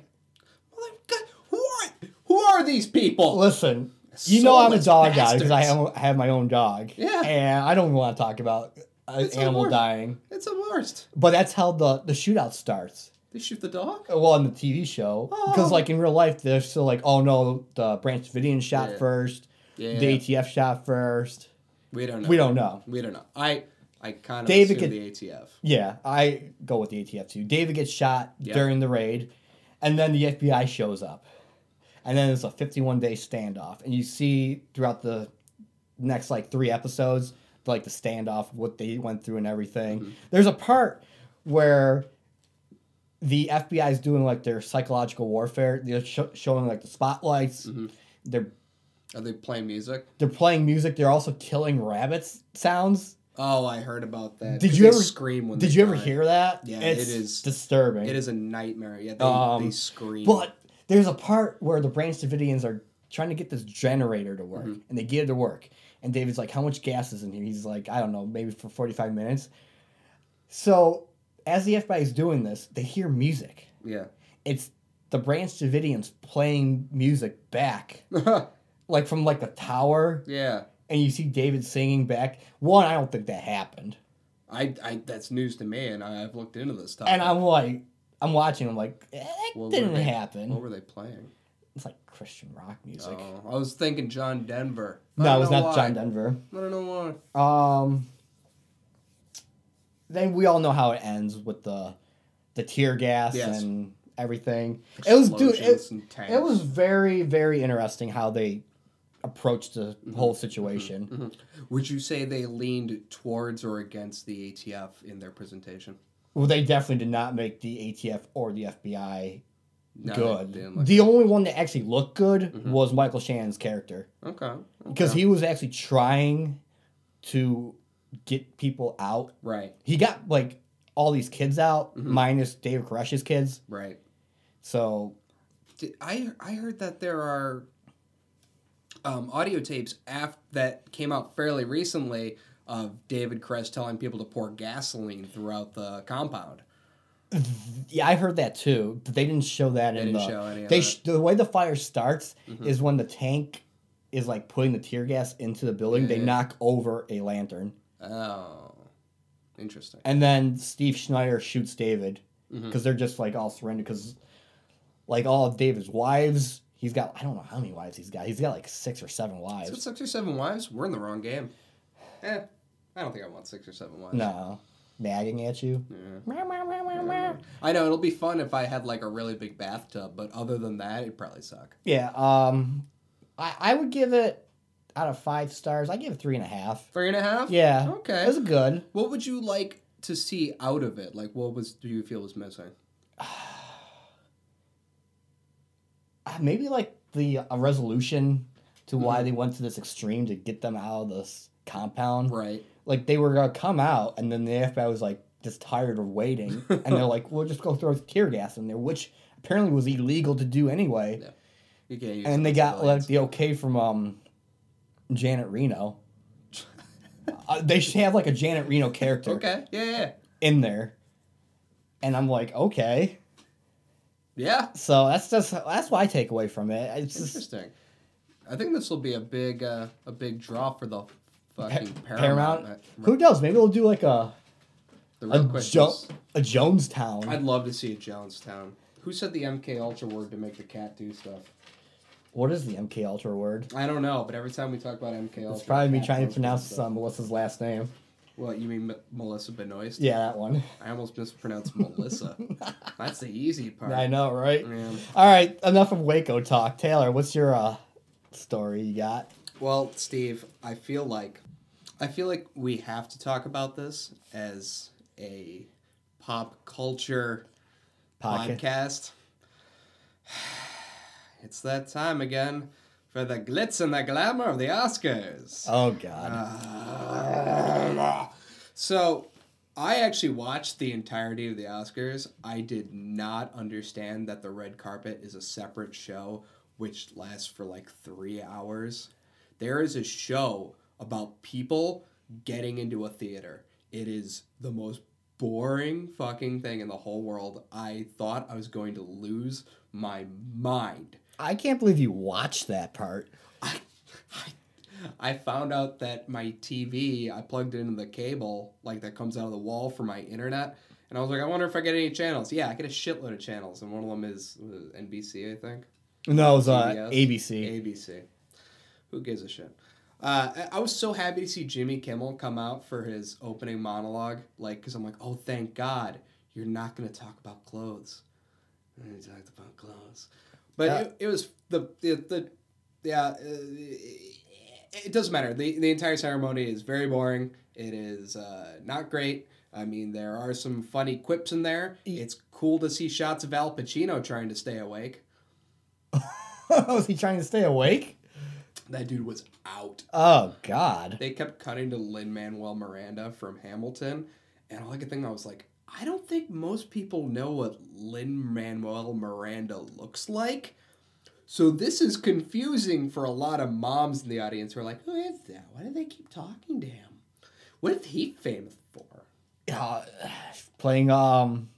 Well, they've got- Who are who are these people?
Listen, you know I'm a
Soulless
dog guy because I
bastards.
am- I have my own dog.
Yeah.
And I don't want to talk about an
It's not
animal
worth-
dying.
It's the worst.
But that's how the, the shootout starts.
They shoot the dog.
Well, on the TV show, because
Oh.
like in real life, they're still like, oh no, the Branch Davidian shot
Yeah.
first,
Yeah.
the ATF shot first.
we don't know.
We don't know.
We don't know. I I kind of
David
David
could-
the ATF.
Yeah, I go with the ATF too. David gets shot
Yeah.
during the raid, and then the FBI shows up, and then it's a fifty-one day standoff, and you see throughout the next like three episodes, like the standoff, what they went through and everything.
Mm-hmm.
There's a part where the FBI is doing like their psychological warfare. They're sho showing like the spotlights.
Mm-hmm.
They're
Are they playing music?
they're playing music. They're also killing rabbits sounds.
Oh, I heard about that.
Did
'Cause
you
they
ever-
scream when?
Did
they
you ever
die.
hear that?
Yeah,
it's
it is-
disturbing.
It is a nightmare. Yeah, they,
Um,
they scream.
But there's a part where the Branch Davidians are trying to get this generator to work,
Mm-hmm.
and they get it to work. And David's like, "How much gas is in here?" He's like, "I don't know, maybe for 45 minutes." So as the FBI is doing this, they hear music.
yeah.
It's the Branch Davidians playing music back, like from like the tower,
yeah.
and you see David singing back. One, I don't think that happened,
I, I that's news to me, and I, I've looked into this topic.
and I'm like, I'm watching. I'm like, eh, that
What were
didn't
they-
happen.
What were they playing?
it's like Christian rock music.
Oh, I was thinking John Denver. I
no,
don't
it was
know
not
why.
John Denver.
I don't know why.
Um, then we all know how it ends with the the tear gas
Yes.
and everything. It was dude,
Explosions
it,
and tanks.
it was very very interesting how they approached the
Mm-hmm.
whole situation.
Would you say they leaned towards or against the ATF in their presentation?
Well, they definitely did not make the ATF or the FBI
No, they-
good.
they didn't look
the only one that actually looked good was Michael Shannon's character
Okay.
because
Mm-hmm. okay.
he was actually trying to get people out.
Right.
He got like all these kids out,
Mm-hmm.
minus David Koresh's kids.
Right.
So
Did, I I heard that there are um, audio tapes af- that came out fairly recently of David Kress telling people to pour gasoline throughout the compound.
yeah, I heard that too. But they didn't show Mm-hmm. that in
didn't
the.
show any of
they
that.
sh- the way the fire starts is when the tank is like putting the tear gas into the building.
Yeah,
they
yeah.
knock over a lantern,
Oh, interesting.
and then Steve Schneider shoots David
Mhm.
because they're just like all surrendered because like all of David's wives. He's got I don't know how many wives he's got. He's got like six or seven
So
wives.
six or seven wives? We're in the wrong game. Eh, I don't think I want six or seven wives.
No, nagging at you.
Yeah.
Meow, meow, meow, meow, meow.
I know it'll be fun if I had like a really big bathtub, but other than that, it'd probably suck.
Yeah. Um, I I would give it out of five stars. I give it three and a half.
Three and a half.
Yeah.
Okay.
It was good.
What would you like to see out of it? Like, what was do you feel was missing?
Uh, maybe like the a resolution to
Mm-hmm.
why they went to this extreme to get them out of this compound.
Right.
Like they were gonna come out, and then the FBI was like just tired of waiting, and they're like, "We'll just go throw tear gas in there," which apparently was illegal to do anyway.
Yeah, You can't use
and
it
they
on
got like
civilians.
the okay from um, Janet Reno. uh, they should have like a Janet Reno character
okay. Yeah, yeah,
in there, and I'm like, okay.
yeah.
So that's just that's what I take away from it. It's just
Interesting. I think this will be a big, uh, a big draw for the fucking
Pa-
Paramount. uh,
Paramount. Who knows? Maybe we'll do like a
The
a,
real question
jo-
is,
a Jonestown.
I'd love to see a Jonestown. Who said the MK Ultra word to make the cat do stuff?
what is the MK Ultra word?
I don't know, but every time we talk about MK Ultra,
It's probably
the
me
cat
trying
does
to pronounce
stuff.
um, Melissa's last name.
What you mean, M- Melissa Benoist?
Yeah, that one.
I almost mispronounced Melissa. That's the easy part.
I know, right?
Man.
All right, enough of Waco talk. Taylor, what's your uh, story you got?
Well, Steve, I feel like I feel like we have to talk about this as a pop culture
Pocket.
podcast. It's that time again for the glitz and the glamour of the Oscars.
Oh God.
Uh, So, I actually watched the entirety of the Oscars. I did not understand that the red carpet is a separate show which lasts for like 3 hours. There is a show about people getting into a theater. It is the most boring fucking thing in the whole world. I thought I was going to lose my mind.
I can't believe you watched that part.
I, I, I found out that my TV, I plugged it into the cable, like that comes out of the wall for my internet. And I was like, I wonder if I get any channels. Yeah, I get a shitload of channels. And one of them is uh, NBC, I think.
No, it was uh,
CBS.
ABC.
ABC. Who gives a shit? Uh, I- I was so happy to see Jimmy Kimmel come out for his opening monologue, like, because I'm like, oh, thank God, you're not going to talk about clothes. And he talked about clothes. But
Yeah.
it, it was the, the, the yeah, uh, it, it doesn't matter. The, the entire ceremony is very boring. It is uh, not great. I mean, there are some funny quips in there. It's cool to see shots of Al Pacino trying to stay awake.
was Oh, he trying to stay awake?
That dude was out.
Oh God.
They kept cutting to Lin Manuel Miranda from Hamilton, and all I could think I was like, I don't think most people know what Lin Manuel Miranda looks like. So this is confusing for a lot of moms in the audience who are like, who is that? Why do they keep talking to him? What is he famous for?
Uh, playing um,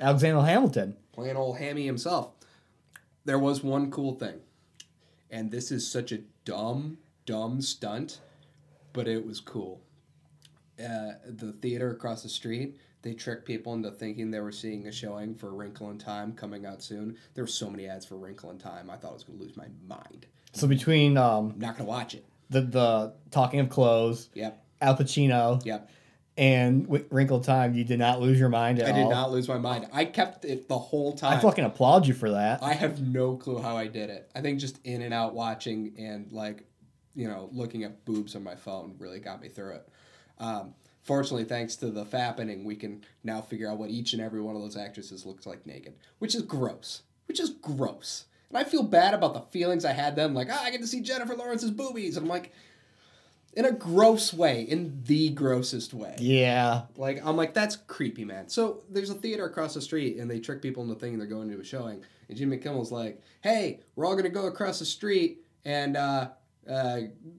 Alexander Hamilton.
playing old Hammy himself. There was one cool thing, and this is such a dumb, dumb stunt, but it was cool. Uh, the theater across the street, they tricked people into thinking they were seeing a showing for Wrinkle in Time coming out soon. There were so many ads for Wrinkle in Time, I thought I was going to lose my mind.
So between um,
I'm not going to watch it.
the the talking of clothes,
Yep,
Al Pacino,
yep.
and w- Wrinkle Time. You did not lose your mind at
I
all.
did not lose my mind. I kept it the whole time.
I fucking applaud you for that.
I have no clue how I did it. I think just in and out watching and like, you know, looking at boobs on my phone really got me through it. Um, fortunately, thanks to the fappening, we can now figure out what each and every one of those actresses looks like naked, which is gross. which is gross. And I feel bad about the feelings I had then, like, ah, I get to see Jennifer Lawrence's boobies. And I'm like, in a gross way, in the grossest way.
Yeah.
Like I'm like that's creepy, man. So there's a theater across the street, and they trick people into thinking they're going to a showing. And Jimmy Kimmel's like, "Hey, we're all gonna go across the street and uh, uh,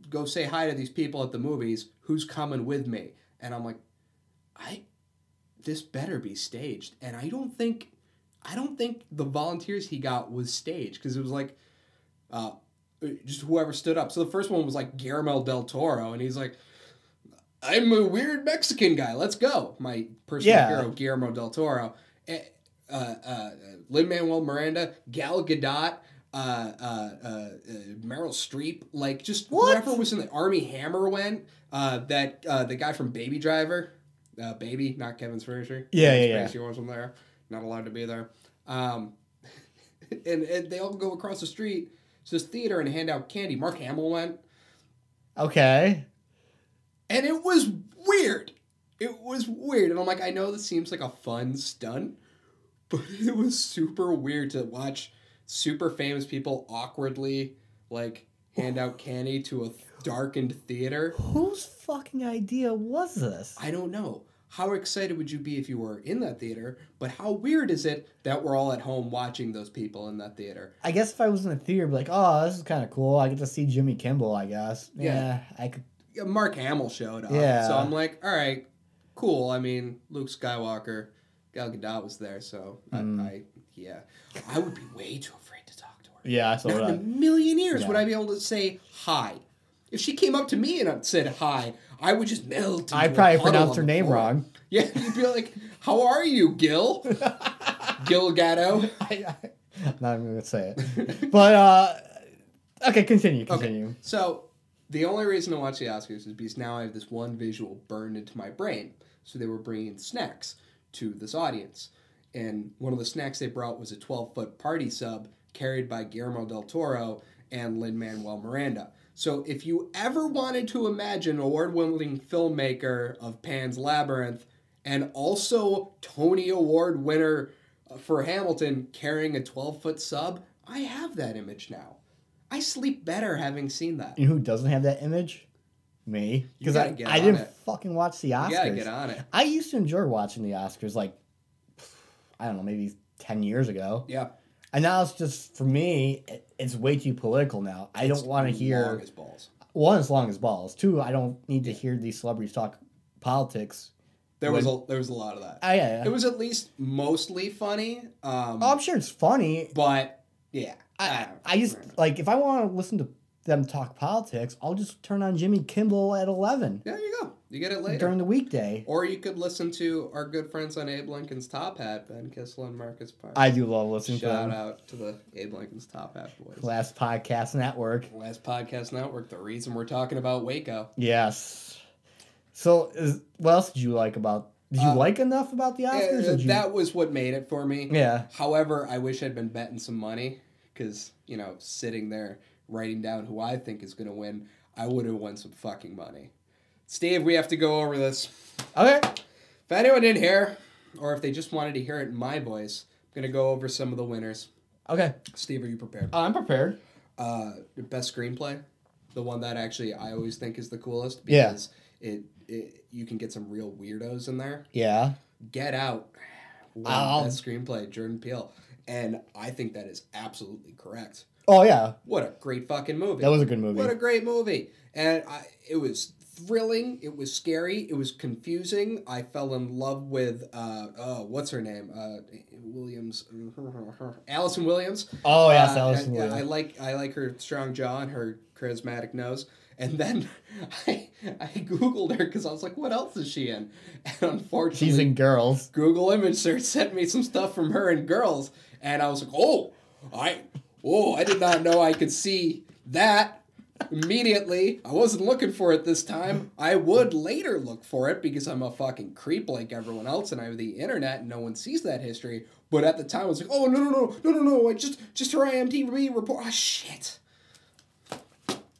go say hi to these people at the movies. Who's coming with me?" And I'm like, "I, this better be staged." And I don't think, I don't think the volunteers he got was staged because it was like, uh, just whoever stood up. So the first one was like Guillermo del Toro, and he's like. I'm a weird Mexican guy. Let's go. My personal
Yeah.
hero, Guillermo del Toro, eh, uh, uh, Lin Manuel Miranda, Gal Gadot, uh, uh, uh, uh, Meryl Streep. Like just
What?
whoever was in the Army Hammer went. Uh, that uh, the guy from Baby Driver, uh, Baby, not Kevin's furniture.
Yeah,
Kevin
yeah, yeah.
Spacey wasn't there. Not allowed to be there. Um, and, and they all go across the street to this theater and hand out candy. Mark Hamill went.
Okay.
And it was weird. It was weird. And I'm like, I know this seems like a fun stunt, but it was super weird to watch super famous people awkwardly like hand out candy to a darkened theater.
Whose fucking idea was this?
I don't know. How excited would you be if you were in that theater? But how weird is it that we're all at home watching those people in that theater?
I guess if I was in the theater, I'd be like, oh, this is kind of cool. I get to see Jimmy Kimball, I guess. Yeah.
Yeah.
I could.
Yeah, Mark Hamill showed up.
Yeah.
So I'm like, all right, cool. I mean, Luke Skywalker, Gal Gadot was there, so
Mm.
I, I, yeah, I would be way too afraid to talk to her.
Yeah, I saw
Not in a
that.
million years
Yeah.
would I be able to say hi. If she came up to me and said hi, I would just melt. into
I
a
probably
puddle
pronounced
on
her
the
name
floor.
wrong.
Yeah, you'd be like, "How are you, Gil? Gil Gatto."
I, I, I'm not even going to say it. But, uh, okay, continue, continue.
So the only reason to watch the Oscars is because now I have this one visual burned into my brain. So they were bringing snacks to this audience, and one of the snacks they brought was a twelve foot party sub carried by Guillermo del Toro and Lin Manuel Miranda. So if you ever wanted to imagine award-winning filmmaker of Pan's Labyrinth and also Tony Award winner uh, for Hamilton carrying a 12-foot sub, I have that image now. I sleep better having seen that.
You know who doesn't have that image? Me.
You
Because
gotta
I,
get
I
on
didn't
it.
fucking watch the Oscars.
You gotta get on it.
I used to enjoy watching the Oscars, like, I don't know, maybe 10 years ago.
Yeah.
And now it's just, for me, it, it's way too political now. I don't want to hear.
Long as balls.
one as long as balls two i don't need to
Yeah.
hear these celebrities talk politics
There was a there was a lot of that.
i, I
It was at least mostly funny. Um,
oh, i'm sure it's funny
but yeah,
i,
don't
I just
remember.
like if i want to listen to them talk politics i'll just turn on jimmy kimball at 11
there you go. You get it later.
during the weekday
or you could listen to our good friends on Abe Lincoln's Top Hat, Ben Kissel and Marcus Park.
i do love listening to them.
Shout out to the Abe Lincoln's Top Hat boys.
last podcast network
Last podcast network. The reason we're talking about Waco.
yes so is, what else did you like about did you
Uh,
like enough about the
Yeah,
oscars did you,
that was what made it for me.
yeah
However, I wish I'd been betting some money because, you know, sitting there writing down who I think is going to win, I would have won some fucking money. Steve, we have to go over this.
okay
If anyone didn't hear, or if they just wanted to hear it in my voice, I'm going to go over some of the winners.
okay
Steve, are you prepared?
i'm prepared
Uh, best screenplay, the one that actually I always think is the coolest
Yeah.
because it, it you can get some real weirdos in there.
yeah
Get Out won
I'll-
best screenplay, Jordan Peele, and I think that is absolutely correct.
oh yeah
What a great fucking movie!
that was a good movie
What a great movie! And I, it was thrilling. It was scary. It was confusing. I fell in love with uh, oh, what's her name? Uh, Williams, Allison Williams.
oh yes
Uh,
that was
I- I, like I like her strong jaw and her charismatic nose. And then I, I googled her because I was like, what else is she in? And unfortunately,
she's in girls
Google image search sent me some stuff from her and girls, and I was like, oh, I, oh, I did not know I could see that immediately. I wasn't looking for it this time. I would later look for it because I'm a fucking creep like everyone else, and I have the internet, and no one sees that history. But at the time, I was like, oh no no no no no no! I just just her IMDb report. Ah shit.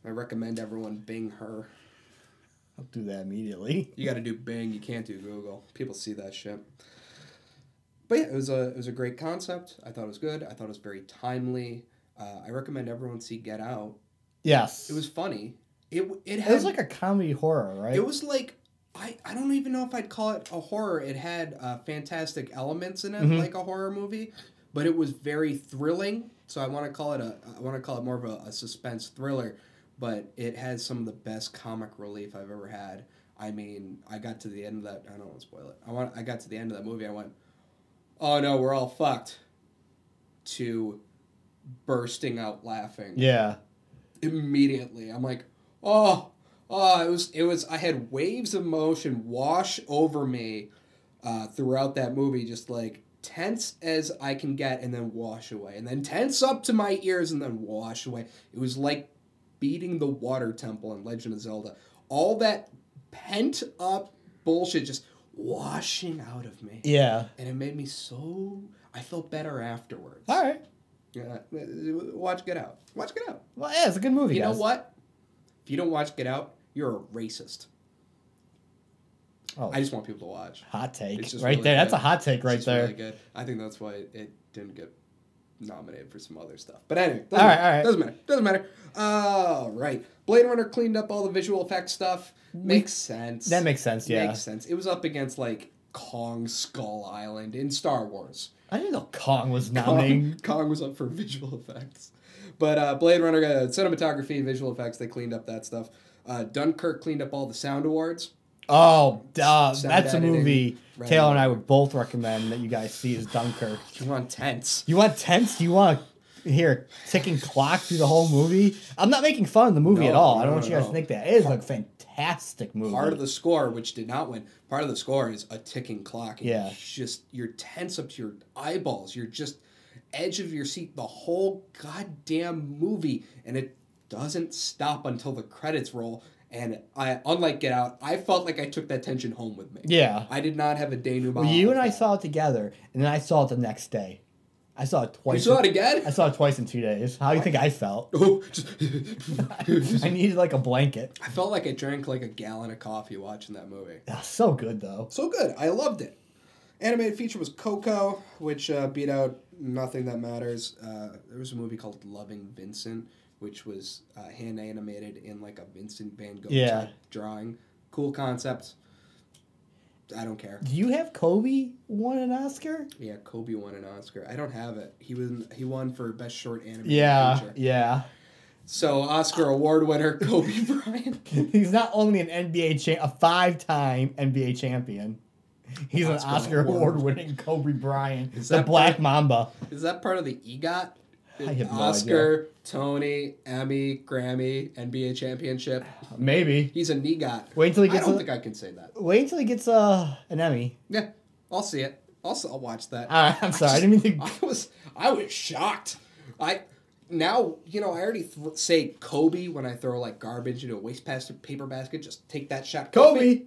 I recommend everyone Bing her.
I'll do that immediately.
You got to do Bing. You can't do Google. People see that shit. But yeah, it was a it was a great concept. I thought it was good. I thought it was very timely. Uh, I recommend everyone see Get Out.
Yes.
It was funny. It w- it
It
had
was like a comedy horror, right?
it was like I, I don't even know if I'd call it a horror. It had uh, fantastic elements in it,
Mhm.
like a horror movie, but it was very thrilling. So I want to call it a I want to call it more of a, a suspense thriller, but it has some of the best comic relief I've ever had. I mean, I got to the end of that. I don't want to spoil it. I want I got to the end of that movie. I went, oh no, we're all fucked. To bursting out laughing
yeah.
immediately. I'm like, oh, oh, it was, it was. I had waves of emotion wash over me uh, throughout that movie, just like tense as I can get, and then wash away, and then tense up to my ears, and then wash away. It was like beating the water temple in Legend of Zelda. All that pent up bullshit just washing out of me,
Yeah.
and it made me so. I felt better afterwards.
All right.
Yeah, watch Get Out. Watch Get Out.
Well, yeah, it's a good movie.
You know
guys.
what? If you don't watch Get Out, you're a racist.
Oh,
I just want people to watch.
hot take
It's just
right
really
there.
good.
That's a hot take
It's
right
just
there.
really good. I think that's why it, it didn't get nominated for some other stuff. But anyway, doesn't
All right,
matter.
all right.
Doesn't matter. Doesn't matter. All right. Blade Runner cleaned up all the visual effects stuff. Makes sense.
Mm-hmm. That makes sense. Yeah.
Makes sense. It was up against like Kong Skull Island in Star Wars.
I didn't know Kong was nominating.
Kong, Kong was up for visual effects. But uh, Blade Runner got cinematography, visual effects. They cleaned up that stuff. Uh, Dunkirk cleaned up all the sound awards.
Oh, duh.
Sound
That's a
editing,
movie
right.
Taylor and I would both recommend that you guys see is Dunkirk.
You want tense?
You want tense? You want to hear a ticking clock through the whole movie? I'm not making fun of the movie
No,
at all. I
no,
don't want
no,
you guys
no.
to think that. It is a fantastic movie.
Part of the score, which did not win, part of the score is a ticking clock. and
Yeah.
it's just you're tense up to your eyeballs. You're just edge of your seat the whole goddamn movie, and it doesn't stop until the credits roll. And I, unlike Get Out, I felt like I took that tension home with me.
yeah.
I did not have a denouement.
Well, you
with
and I
that.
saw it together, and then I saw it the next day. I saw it
You
twice.
saw
in-
it again?
I saw it twice in two days. How do you think I felt?
Oh, just-
I needed like a blanket.
I felt like I drank like a gallon of coffee watching that movie.
Ah, so good though.
So good. I loved it. Animated feature was Coco, which uh, beat out Nothing That Matters. Uh, there was a movie called Loving Vincent, which was uh, hand animated in like a Vincent Van Gogh
Yeah.
type drawing. Cool concept. I don't care.
Do you have Kobe won an Oscar?
Yeah, Kobe won an Oscar. I don't have it. He was he won for best short animated
Yeah,
feature.
yeah.
So Oscar award winner Kobe Bryant.
He's not only an NBA cha- a five-time NBA champion. He's an
Oscar
Oscar
award.
award-winning Kobe Bryant,
Is
the
that
Black
part-
Mamba.
Is that part of the E EGOT?
I have no
Oscar, Tony, Emmy, Grammy, NBA championship.
Maybe
He's a E EGOT.
wait until
I
he gets.
don't
A,
think I can say that.
wait until he gets uh, an Emmy.
Yeah, I'll see it. I'll, s- I'll watch that.
All right, Uh, I'm sorry. I didn't mean to.
I was I was shocked. I now you know I already th- say Kobe when I throw like garbage into a waste pas- paper basket. Just take that shot,
Kobe.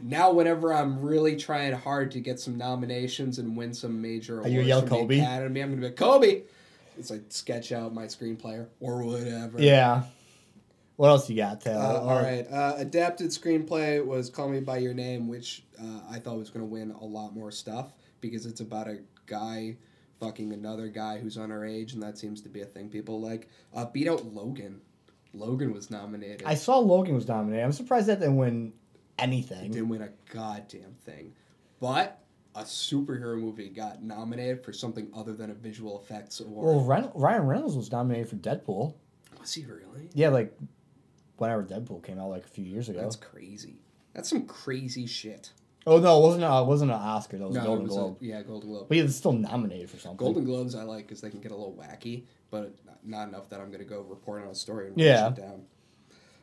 Now, whenever I'm really trying hard to get some nominations and win some major awards
you yell
from the
Kobe?
Academy, I'm gonna be like, Kobe. It's like sketch out my screenplay or whatever.
Yeah. What else you got, Taylor?
Uh, all
Or-
right. Uh, adapted screenplay was Call Me by Your Name, which uh, I thought was gonna win a lot more stuff because it's about a guy fucking another guy who's underage, and that seems to be a thing people like. Uh, beat out Logan. Logan was nominated.
I saw Logan was nominated. I'm surprised that didn't win
It
anything.
didn't win a goddamn thing. But a superhero movie got nominated for something other than a visual effects
Well,
award.
Ren- Ryan Reynolds was nominated for Deadpool.
Was he really?
Yeah, like whenever Deadpool came out, like a few years ago.
That's crazy. That's some crazy shit.
Oh no, it wasn't. A, it wasn't an Oscar. That was a
it
Golden
was a-
Globe.
yeah, Golden Globe.
But he was still nominated for something.
Golden Globes I like because they can get a little wacky, but not enough that I'm gonna go report on a story and
Yeah.
yeah. it down.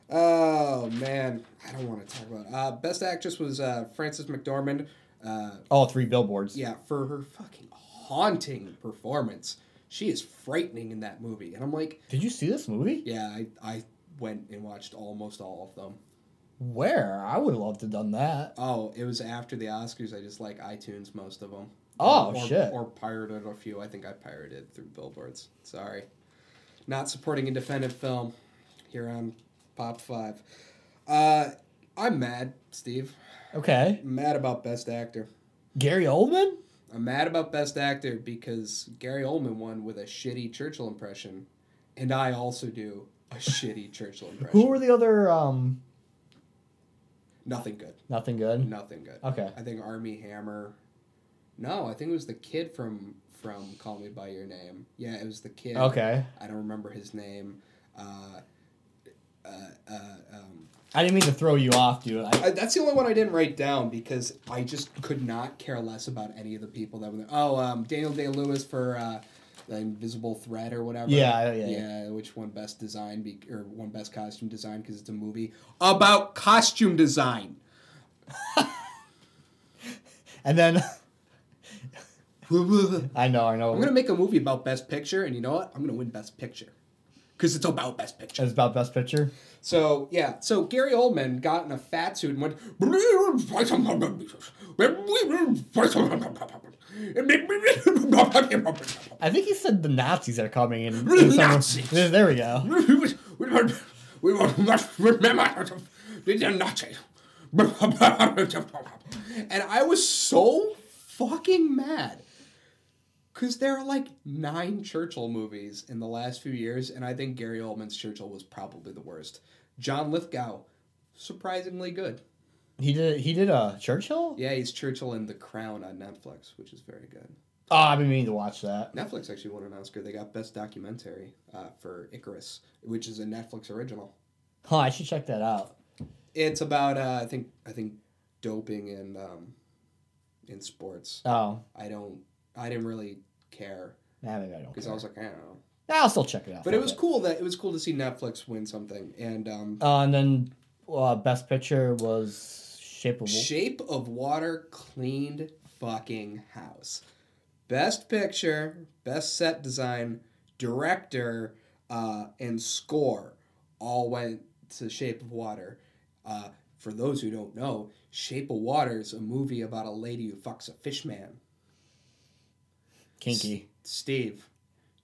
Oh man, I don't want to talk about. It. Uh, Best actress was uh, Frances McDormand. Uh,
All three billboards.
Yeah, for her fucking haunting performance. She is frightening in that movie. And I'm like,
Did you see this movie?
yeah, I, I went and watched almost all of them.
Where? I would have loved to have done that.
Oh, it was after the Oscars. I just like iTunes most of them.
Oh,
or,
shit.
Or pirated a few. I think I pirated through billboards. Sorry. Not supporting independent film here on Pop 5. Uh, I'm mad, Steve.
Okay.
Mad about Best Actor.
Gary Oldman?
I'm mad about Best Actor because Gary Oldman won with a shitty Churchill impression, and I also do a shitty Churchill impression.
Who were the other? Um,
Nothing good.
nothing good.
Nothing good.
Okay.
I think Army Hammer. No, I think it was the kid from from Call Me by Your Name. Yeah, it was the kid.
Okay.
I don't remember his name. Uh, uh, uh, um,
I didn't mean to throw you off, dude. I,
I, that's the only one I didn't write down because I just could not care less about any of the people that were there. Oh, um, Daniel Day Lewis for uh, the Invisible Threat or whatever.
Yeah, yeah, yeah.
Which one best design be, or one best costume design because it's a movie about costume design.
and then
I'm
I know, I know.
gonna make a movie about Best Picture, and you know what? I'm gonna win Best Picture because it's about Best Picture.
It's about best picture.
So yeah, so Gary Oldman got in a fat suit and went.
I think he said the Nazis are coming in.
The
in some-
Nazis.
There, there we go.
We will not remember the Nazis. And I was so fucking mad. Because there are like nine Churchill movies in the last few years, and I think Gary Oldman's Churchill was probably the worst. John Lithgow, surprisingly good.
He did. He did a Churchill.
Yeah, he's Churchill in The Crown on Netflix, which is very good.
Oh, I've been meaning to watch that.
Netflix actually won an Oscar. They got Best Documentary uh, for Icarus, which is a Netflix original.
Huh? I should check that out.
It's about uh, I think I think doping in um, in sports.
Oh,
I don't I didn't really care
nah, maybe I don't.
because
care.
I was like I don't know.
Nah, I'll still check it out.
But it was
Fuck
cool that it was cool to see Netflix win something. And um,
Uh, and then uh, best picture was Shape of Water.
Shape of Water cleaned fucking house. Best picture, best set design, director, uh, and score all went to Shape of Water. Uh, for those who don't know, Shape of Water is a movie about a lady who fucks a fish man.
Kinky.
Steve,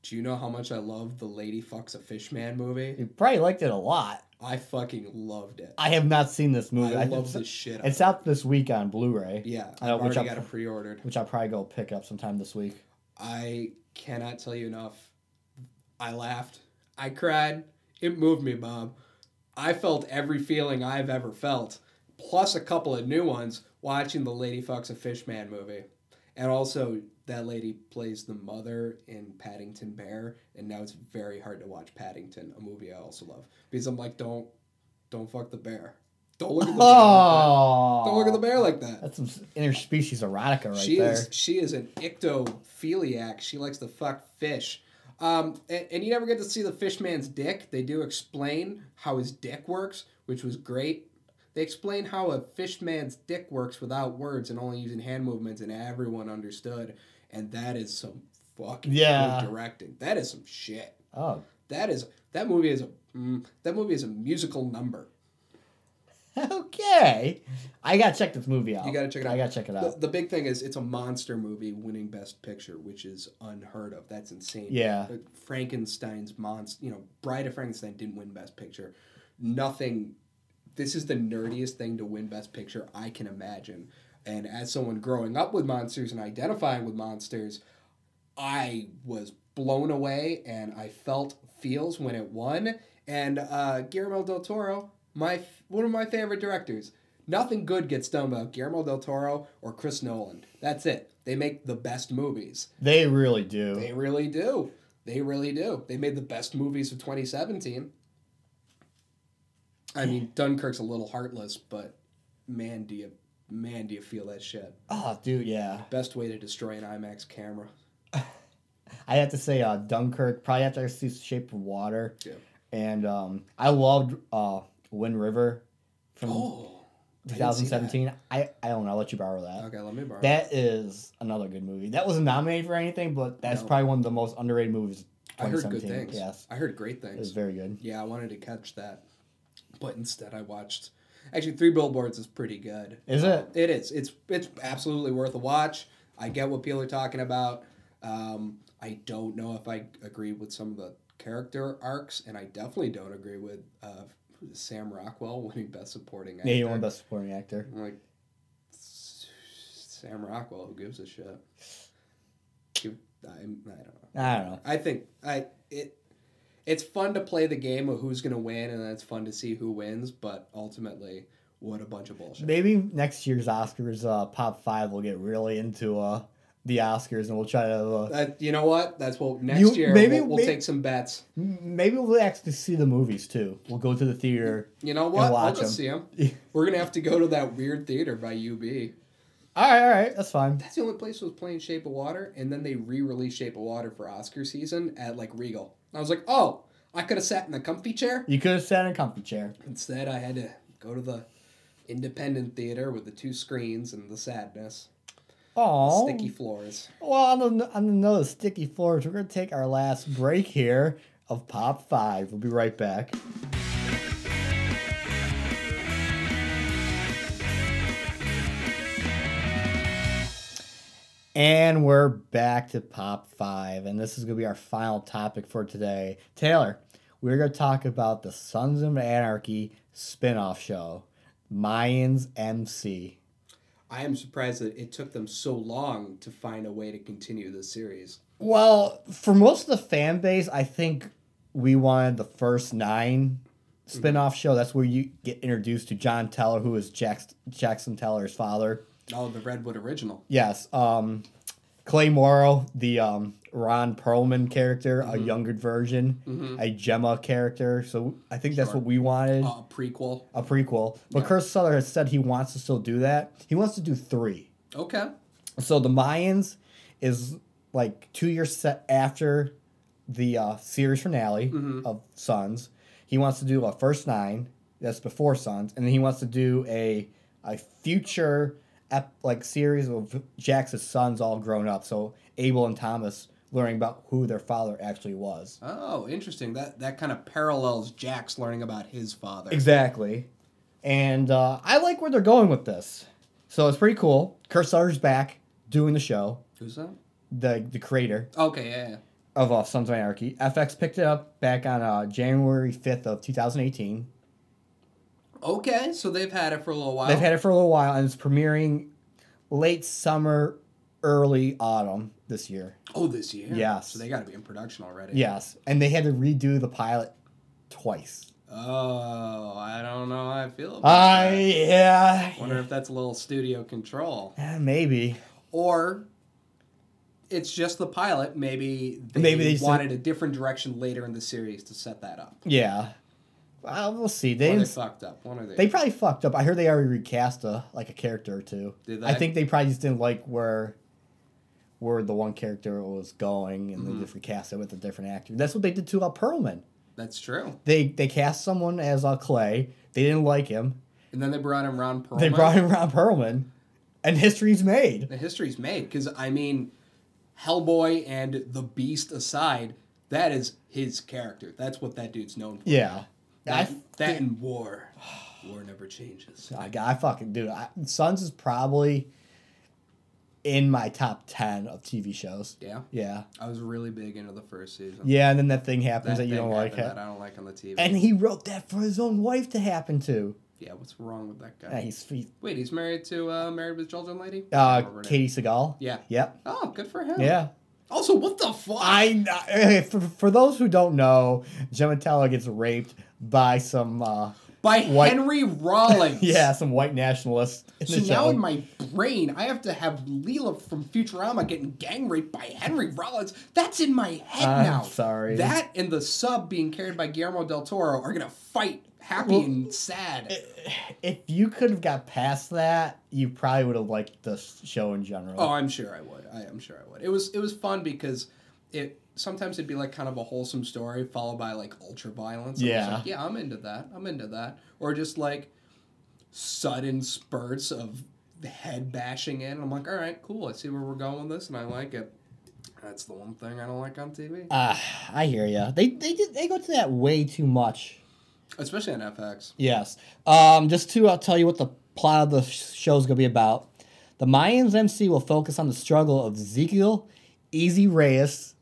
do you know how much I love the Lady Fucks a Fish Man movie?
You probably liked it a lot.
I fucking loved it.
I have not seen this
I
movie. I
love
it's,
the shit. out
it's
of it.
out this week on Blu-ray,
Yeah,
I don't-
I've
which
already
I'm-
got it pre-ordered.
which I'll probably go pick up sometime this week.
I cannot tell you enough. I laughed. I cried. It moved me, Bob. I felt every feeling I've ever felt, plus a couple of new ones watching the Lady Fucks a Fish Man movie. And also, that lady plays the mother in Paddington Bear, and now it's very hard to watch Paddington, a movie I also love. Because I'm like, don't, don't fuck the bear. Don't look at the bear. like
Oh,
that. Don't look at the bear like that.
That's some s- interspecies erotica right
She
there.
is she is an ictophiliac. She likes to fuck fish. Um, and, and you never get to see the fish man's dick. They do explain how his dick works, which was great. They explain how a fish man's dick works without words and only using hand movements, and everyone understood. And that is some fucking
Yeah.
good directing. That is some shit.
Oh,
That is that movie is a mm, that movie is a musical number.
okay. I gotta check this movie out.
You gotta check it out.
I gotta check it
The,
out.
the big thing is it's a monster movie winning Best Picture, which is unheard of. That's insane.
Yeah.
Uh, Frankenstein's monster, you know, Bride of Frankenstein didn't win Best Picture. Nothing. This is the nerdiest thing to win Best Picture I can imagine. And as someone growing up with monsters and identifying with monsters, I was blown away and I felt feels when it won. And uh, Guillermo del Toro, my one of my favorite directors. Nothing good gets done about Guillermo del Toro or Chris Nolan. That's it. They make the best movies.
They really do.
They really do. They really do. They made the best movies of 2017. I mean, Dunkirk's a little heartless, but man, do you man, do you feel that shit?
oh, dude, yeah.
Best way to destroy an IMAX camera.
I have to say, uh, Dunkirk. Probably after I see Shape of Water.
Yeah.
And um, I loved uh, Wind River from
I didn't see that.
2017. I, I don't know. I'll let you borrow that.
Okay, let me borrow.
That is another good movie. That wasn't nominated for anything, but that's
No.
probably one of the most underrated movies.
I heard good
2017.
things.
Yes,
I heard great
it was
things.
very good.
Yeah, I wanted to catch that, but instead I watched. Actually, Three Billboards is pretty good.
Is it?
It is. It's it's absolutely worth a watch. I get what people are talking about. Um, I don't know if I agree with some of the character arcs, and I definitely don't agree with uh, Sam Rockwell winning Best Supporting Actor.
Yeah, you won Best Supporting Actor.
I'm like, Sam Rockwell, who gives a shit? Give- I, I don't know.
I don't know.
I think I it it's fun to play the game of who's gonna win, and it's fun to see who wins. But ultimately, what a bunch of bullshit.
Maybe next year's Oscars uh, pop five will get really into uh, the Oscars, and we'll try to. Uh,
That, you know what? That's what next
You-
year
maybe-
we'll, we'll
may-
take some bets.
m- maybe we'll actually see the movies too. We'll go to the theater.
You know what? I'll
watch
go
'em.
see them. We're gonna have to go to that weird theater by UB.
all right, all right, that's fine.
That's the only place that was playing Shape of Water, and then they re-released Shape of Water for Oscar season at like Regal. I was like, oh, I could have sat in the comfy chair.
You could have sat in a comfy chair.
Instead, I had to go to the independent theater with the two screens and the sadness,
Oh,
sticky floors.
Well, on, the, on another sticky floors, we're going to take our last break here of Pop 5. We'll be right back. And we're back to Pop 5, and this is going to be our final topic for today. Taylor, we're going to talk about the Sons of Anarchy spin off show, Mayans MC.
I am surprised that it took them so long to find a way to continue this series.
Well, for most of the fan base, I think we wanted the first nine spin-off
Mm-hmm.
show. That's where you get introduced to John Teller, who is Jackson, Jackson Teller's father.
Oh, the Redwood original.
Yes, um, Clay Morrow, the um, Ron Perlman character,
Mm-hmm.
a younger version, a Gemma character. So I think that's
Sure.
what we wanted,
Uh, a prequel.
a prequel. But Kurt Sutter has said he wants to still do that. He wants to do three.
Okay.
So the Mayans is like two years set after the uh, series finale of Sons. He wants to do a first nine that's before Sons, and then he wants to do a a future ep- like series of Jax's sons all grown up. So Abel and Thomas learning about who their father actually was.
Oh, interesting. That that kind of parallels Jack's learning about his father.
Exactly. And uh, I like where they're going with this. So it's pretty cool. Kurt Sutter's back doing the show,
Who's that?
the the creator.
Okay, yeah, yeah.
of uh, Sons of Anarchy. FX picked it up back on uh, January 5th of 2018.
Okay, so they've had it for a little while.
They've had it for a little while, and it's premiering late summer, early autumn this year.
oh, this year.
Yes.
So they got to be in production already.
Yes, and they had to redo the pilot twice.
Oh, I don't know how I feel about
I
that.
yeah,
Oh, Wonder if that's a little studio control.
Eh, maybe
Or it's just the pilot. Maybe they,
Maybe they just-
wanted a different direction later in the series to set that up.
yeah. Well, we'll see. They,
Or they
didn't-
fucked up. One of the
they probably fucked up. I heard they already recast a like a character or two.
Did
I
they?
think they probably just didn't like where where the one character was going, and
Mm-hmm.
they just recast it with a different actor. That's what they did to uh, Perlman.
That's true.
They they cast someone as uh, Clay. They didn't like him.
And then they brought in Ron Perlman.
They brought in Ron Perlman, and history's made.
The history's made because I mean, Hellboy and the Beast aside, that is his character. That's what that dude's known for.
Yeah, I
That,
f-
that and war. War never changes.
I, I fucking dude. I, Sons is probably in my top ten of TV shows.
Yeah.
Yeah,
I was really big into the first season.
yeah. And then that thing happens
That
that, you
thing
don't like.
happened
That
That I don't like on the TV.
and he wrote that for his own wife to happen to.
yeah, what's wrong with that guy?
Yeah, he's he,
Wait, he's married to uh, married with children lady. I
uh,
don't remember her name.
Katie Seagal.
Yeah.
Yep.
Oh, good for him.
Yeah.
Also, what the fuck?
I for, for those who don't know, Gematella gets raped by some uh,
by
White-
Henry Rollins.
yeah some white nationalists. in
So
the
now
show.
in my brain, I have to have Leela from Futurama getting gang raped by Henry Rollins. That's in my head
I'm
now.
sorry.
That and the sub being carried by Guillermo del Toro are gonna fight, happy
Well,
and sad.
if you could have got past that, you probably would have liked the show in general.
Oh, I'm sure I would. I am sure I would. It was it was fun because it sometimes it'd be like kind of a wholesome story followed by like ultra violence. And I was
Yeah.
like, yeah, I'm into that. I'm into that. Or just like sudden spurts of head bashing in. I'm like, all right, cool. I see where we're going with this, and I like it. That's the one thing I don't like on TV,
Ah, I hear ya. They they did they go to that way too much.
especially on FX.
Yes. Um, just to uh, tell you what the plot of the sh- show is going to be about. The Mayans MC will focus on the struggle of Ezekiel, Easy Reyes,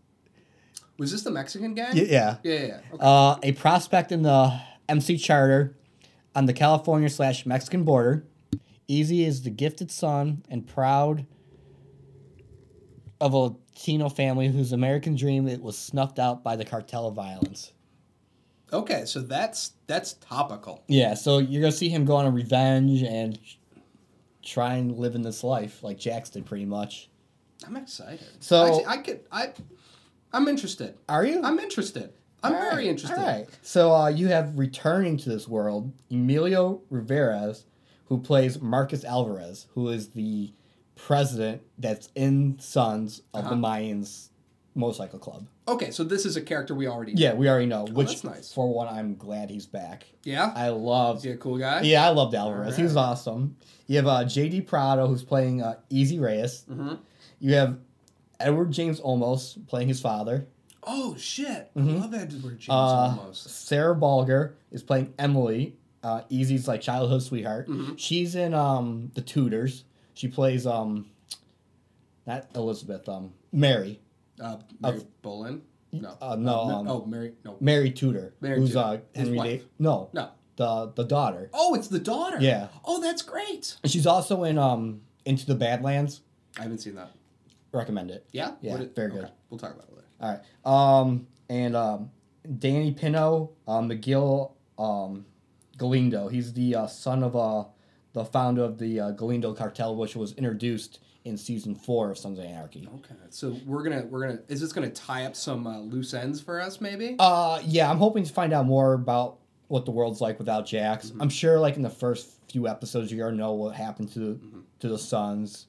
Was this the Mexican gang?
y- yeah,
Yeah, yeah, yeah. Okay.
uh, a prospect in the MC charter on the California slash Mexican border. Easy is the gifted son and proud of a Latino family whose American dream it was snuffed out by the cartel of violence.
Okay, so that's that's topical.
Yeah, so you're gonna see him go on a revenge and try and live in this life like Jax did, pretty much.
I'm excited.
So-
Actually, I could I I'm interested.
Are you?
I'm interested. I'm
All
very
right,
interested.
All right. So uh, you have returning to this world Emilio Rivera, who plays Marcus Alvarez, who is the president that's in Sons of
Uh-huh.
the Mayans Motorcycle Club.
Okay, so this is a character we already
Yeah, we already know. Which,
Oh, that's nice.
for one, I'm glad he's back.
Yeah?
I
Is
love.
he a cool guy?
Yeah, I loved Alvarez. He was
right.
awesome. You have uh, JD Prado, who's playing uh, Easy Reyes.
Mhm.
You have Edward James Olmos playing his father.
Oh shit. I
Mhm.
love Edward James
Uh,
almost.
Sarah Balger is playing Emily, uh, Easy's like childhood sweetheart.
Mhm.
She's in um The Tudors. She plays um not Elizabeth, um Mary.
Uh, Mary Bolin? No.
Uh, no,
Uh,
um,
oh, Mary. No.
Mary Tudor,
Mary
who's
Tudor.
uh
His
Henry
wife.
Da- No,
No.
the the daughter.
Oh, it's the daughter.
Yeah.
Oh, that's great.
And she's also in um Into the Badlands.
I haven't seen that.
Recommend it.
Yeah.
Yeah,
What it-
very good.
We'll talk about it later.
All right. Um and um Danny Pino, um McGill um Galindo. He's the uh, son of uh the founder of the uh, Galindo cartel which was introduced in season 4 of Sons of Anarchy.
Okay. So we're gonna we're gonna is this gonna tie up some uh, loose ends for us maybe?
Uh yeah, I'm hoping to find out more about what the world's like without Jax. I'm sure like in the first few episodes you already know what happened to to the sons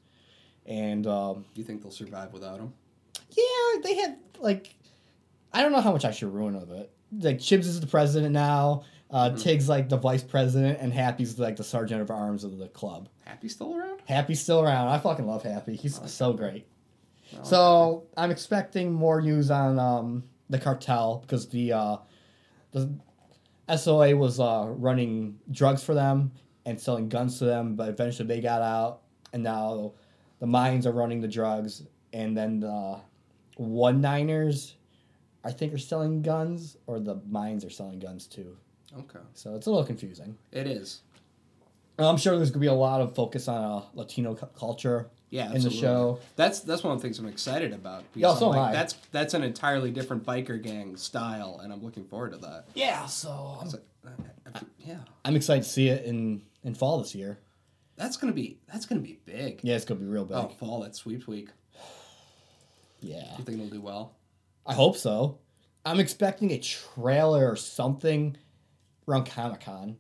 and um
Do you think they'll survive without him?
Yeah, they had like I don't know how much I should ruin of it. Like Chibs is the president now. Uh, Tig's like the vice president, and Happy's like the sergeant of arms of the club.
Happy still around?
Happy's still around. I fucking love Happy. He's so great.
No.
So I'm expecting more news on um, the cartel because the uh, the SOA was uh, running drugs for them and selling guns to them, but eventually they got out, and now the mines are running the drugs, and then the one niners, I think, are selling guns, or the mines are selling guns too.
Okay.
So it's a little confusing.
It is.
I'm sure there's gonna be a lot of focus on uh, Latino cu- culture
Yeah.
in the
absolutely.
show.
That's that's one of the things I'm excited about.
Yeah,
because
so
I'm
am
like,
I.
That's that's an entirely different biker gang style, and I'm looking forward to that.
Yeah, so
It's like, uh, uh, yeah,
I'm excited to see it in in fall this year.
that's gonna be that's gonna be big.
Yeah, it's gonna be real big.
Oh, fall that's sweeps week.
Yeah,
You think it'll do well?
I hope so. I'm expecting a trailer or something around Comic Con.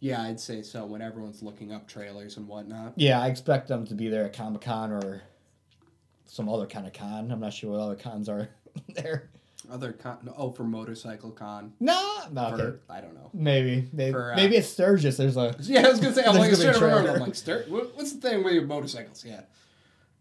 Yeah, I'd say so. When everyone's looking up trailers and whatnot.
Yeah, I expect them to be there at Comic Con or some other kind of con. I'm not sure what other cons are there.
Other con, no, oh, for motorcycle con.
No, no, okay.
For, I don't know.
maybe, maybe,
for, uh,
maybe it's Sturgis. There's a
Yeah, I was gonna say. I'm
There's gonna
like, I
be
started to remember.
trailer.
I'm like, Stur- what- what's the thing with your motorcycles? Yeah,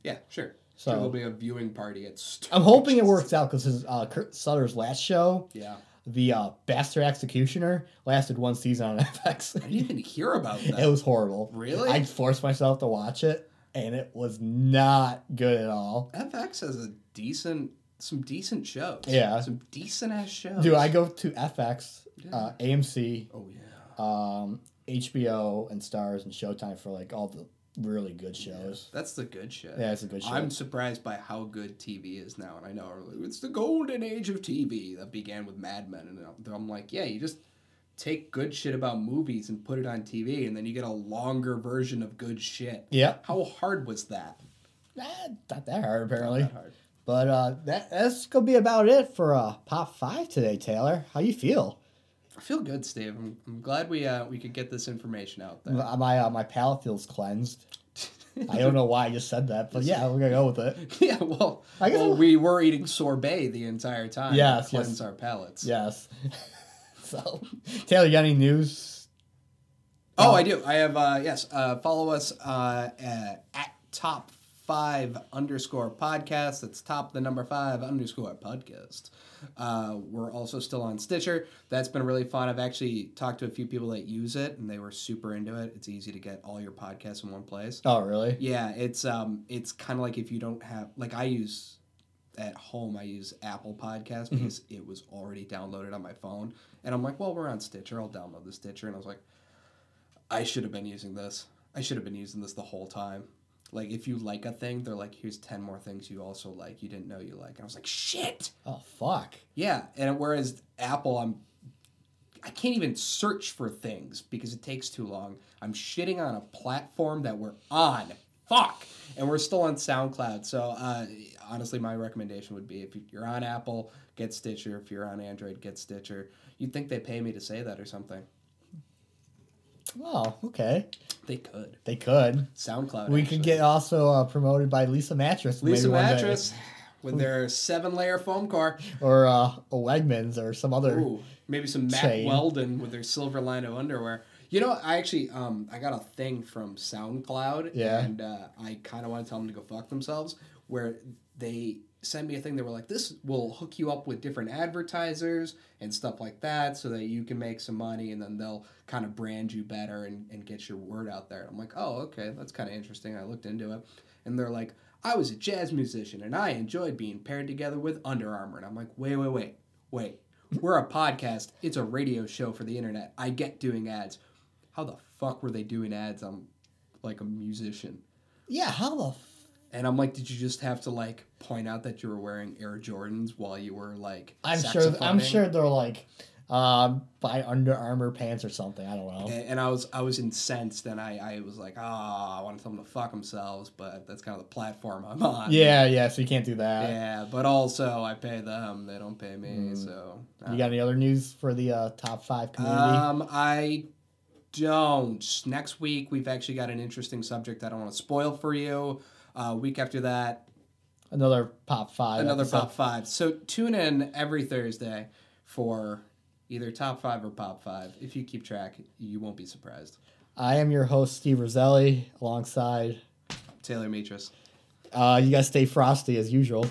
yeah, sure.
So-
So there'll be a viewing party at. Stur-
I'm hoping it works out because his uh, Kurt Sutter's last show,
Yeah,
the uh, Bastard Executioner, lasted one season on FX.
I didn't even hear about that.
It was horrible.
Really?
I forced myself to watch it, and it was not good at all.
FX has a decent, some decent shows.
Yeah.
some decent ass shows.
Dude, I go to FX,
Yeah.
uh, AMC,
Oh yeah.
um, HBO, and Stars and Showtime for like all the really good shows.
That's the good shit.
Yeah, it's a good show.
I'm surprised by how good TV is now, and I know we're like, it's the golden age of TV that began with Mad Men, and I'm- I'm like, yeah, you just take good shit about movies and put it on TV, and then you get a longer version of good shit.
Yep.
How hard was that?
Nah, not that hard apparently.
Not hard.
But uh, that that's gonna be about it for uh, Pop Five today, Taylor. How you feel?
I feel good, Steve. I'm, I'm glad we uh, we could get this information out there.
My my, uh, my palate feels cleansed. I don't know why I just said that, but yeah, we're gonna go with it.
yeah, well,
I guess
well,
I'm-
we were eating sorbet the entire time. to
Yes,
cleanse
yes.
our palates.
Yes. so, Taylor, you got any news?
Oh, I do. I have. Uh, yes. Uh, follow us uh, at, at top five underscore podcast. That's top the number five underscore podcast. Uh, we're also still on Stitcher. That's been really fun. I've actually talked to a few people that use it, and they were super into it. It's easy to get all your podcasts in one place.
Oh, really?
Yeah, it's um, it's kind of like if you don't have like I use at home, I use Apple Podcast because it was already downloaded on my phone, and I'm like, well, we're on Stitcher, I'll download the Stitcher, and I was like, I should have been using this. I should have been using this the whole time. Like if you like a thing, they're like, here's ten more things you also like you didn't know you like. And I was like, shit.
Oh fuck.
Yeah, and whereas Apple, I'm I can't even search for things because it takes too long. I'm shitting on a platform that we're on. Fuck, and we're still on SoundCloud. So uh, honestly, my recommendation would be if you're on Apple, get Stitcher. If you're on Android, get Stitcher. You'd think they pay me to say that or something.
Oh, okay.
They could.
They could.
SoundCloud.
We could
actually.
get also uh, promoted by Lisa Mattress.
Lisa
maybe one day.
Mattress with their seven layer foam core.
or uh, Wegmans or some other.
Ooh, maybe some Matt
chain.
Weldon with their silver line of underwear. You know, I actually um, I got a thing from SoundCloud,
Yeah.
and uh, I kind of want to tell them to go fuck themselves. Where they sent me a thing, they were like, "This will hook you up with different advertisers and stuff like that, so that you can make some money, and then they'll kind of brand you better and, and get your word out there." I'm like, "Oh, okay, that's kind of interesting." I looked into it, and they're like, "I was a jazz musician, and I enjoyed being paired together with Under Armour," and I'm like, "Wait, wait, wait, wait." We're a podcast. It's a radio show for the internet. I get doing ads. How the fuck were they doing ads on like a musician?
Yeah, how the. F-
And I'm like, did you just have to like point out that you were wearing Air Jordans while you were like
I'm sure. I'm
saxophoning?
sure they're like, um, buy Under Armour pants or something. I don't know.
And, and I was I was incensed and I, I was like, ah, I want them to fuck themselves, but that's kind of the platform I'm on.
Yeah, yeah. So you can't do that.
Yeah, but also I pay them, they don't pay me,
Mm.
so uh,
You got any other news for the uh, top five community?
Um, I don't. Next week, we've actually got an interesting subject I don't want to spoil for you. Uh, week after that,
another pop five.
another
episode.
pop five. So tune in every Thursday for either top five or pop five. If you keep track, you won't be surprised.
I am your host Steve Roselli, alongside.
Taylor Matris.
Uh, you guys stay frosty as usual.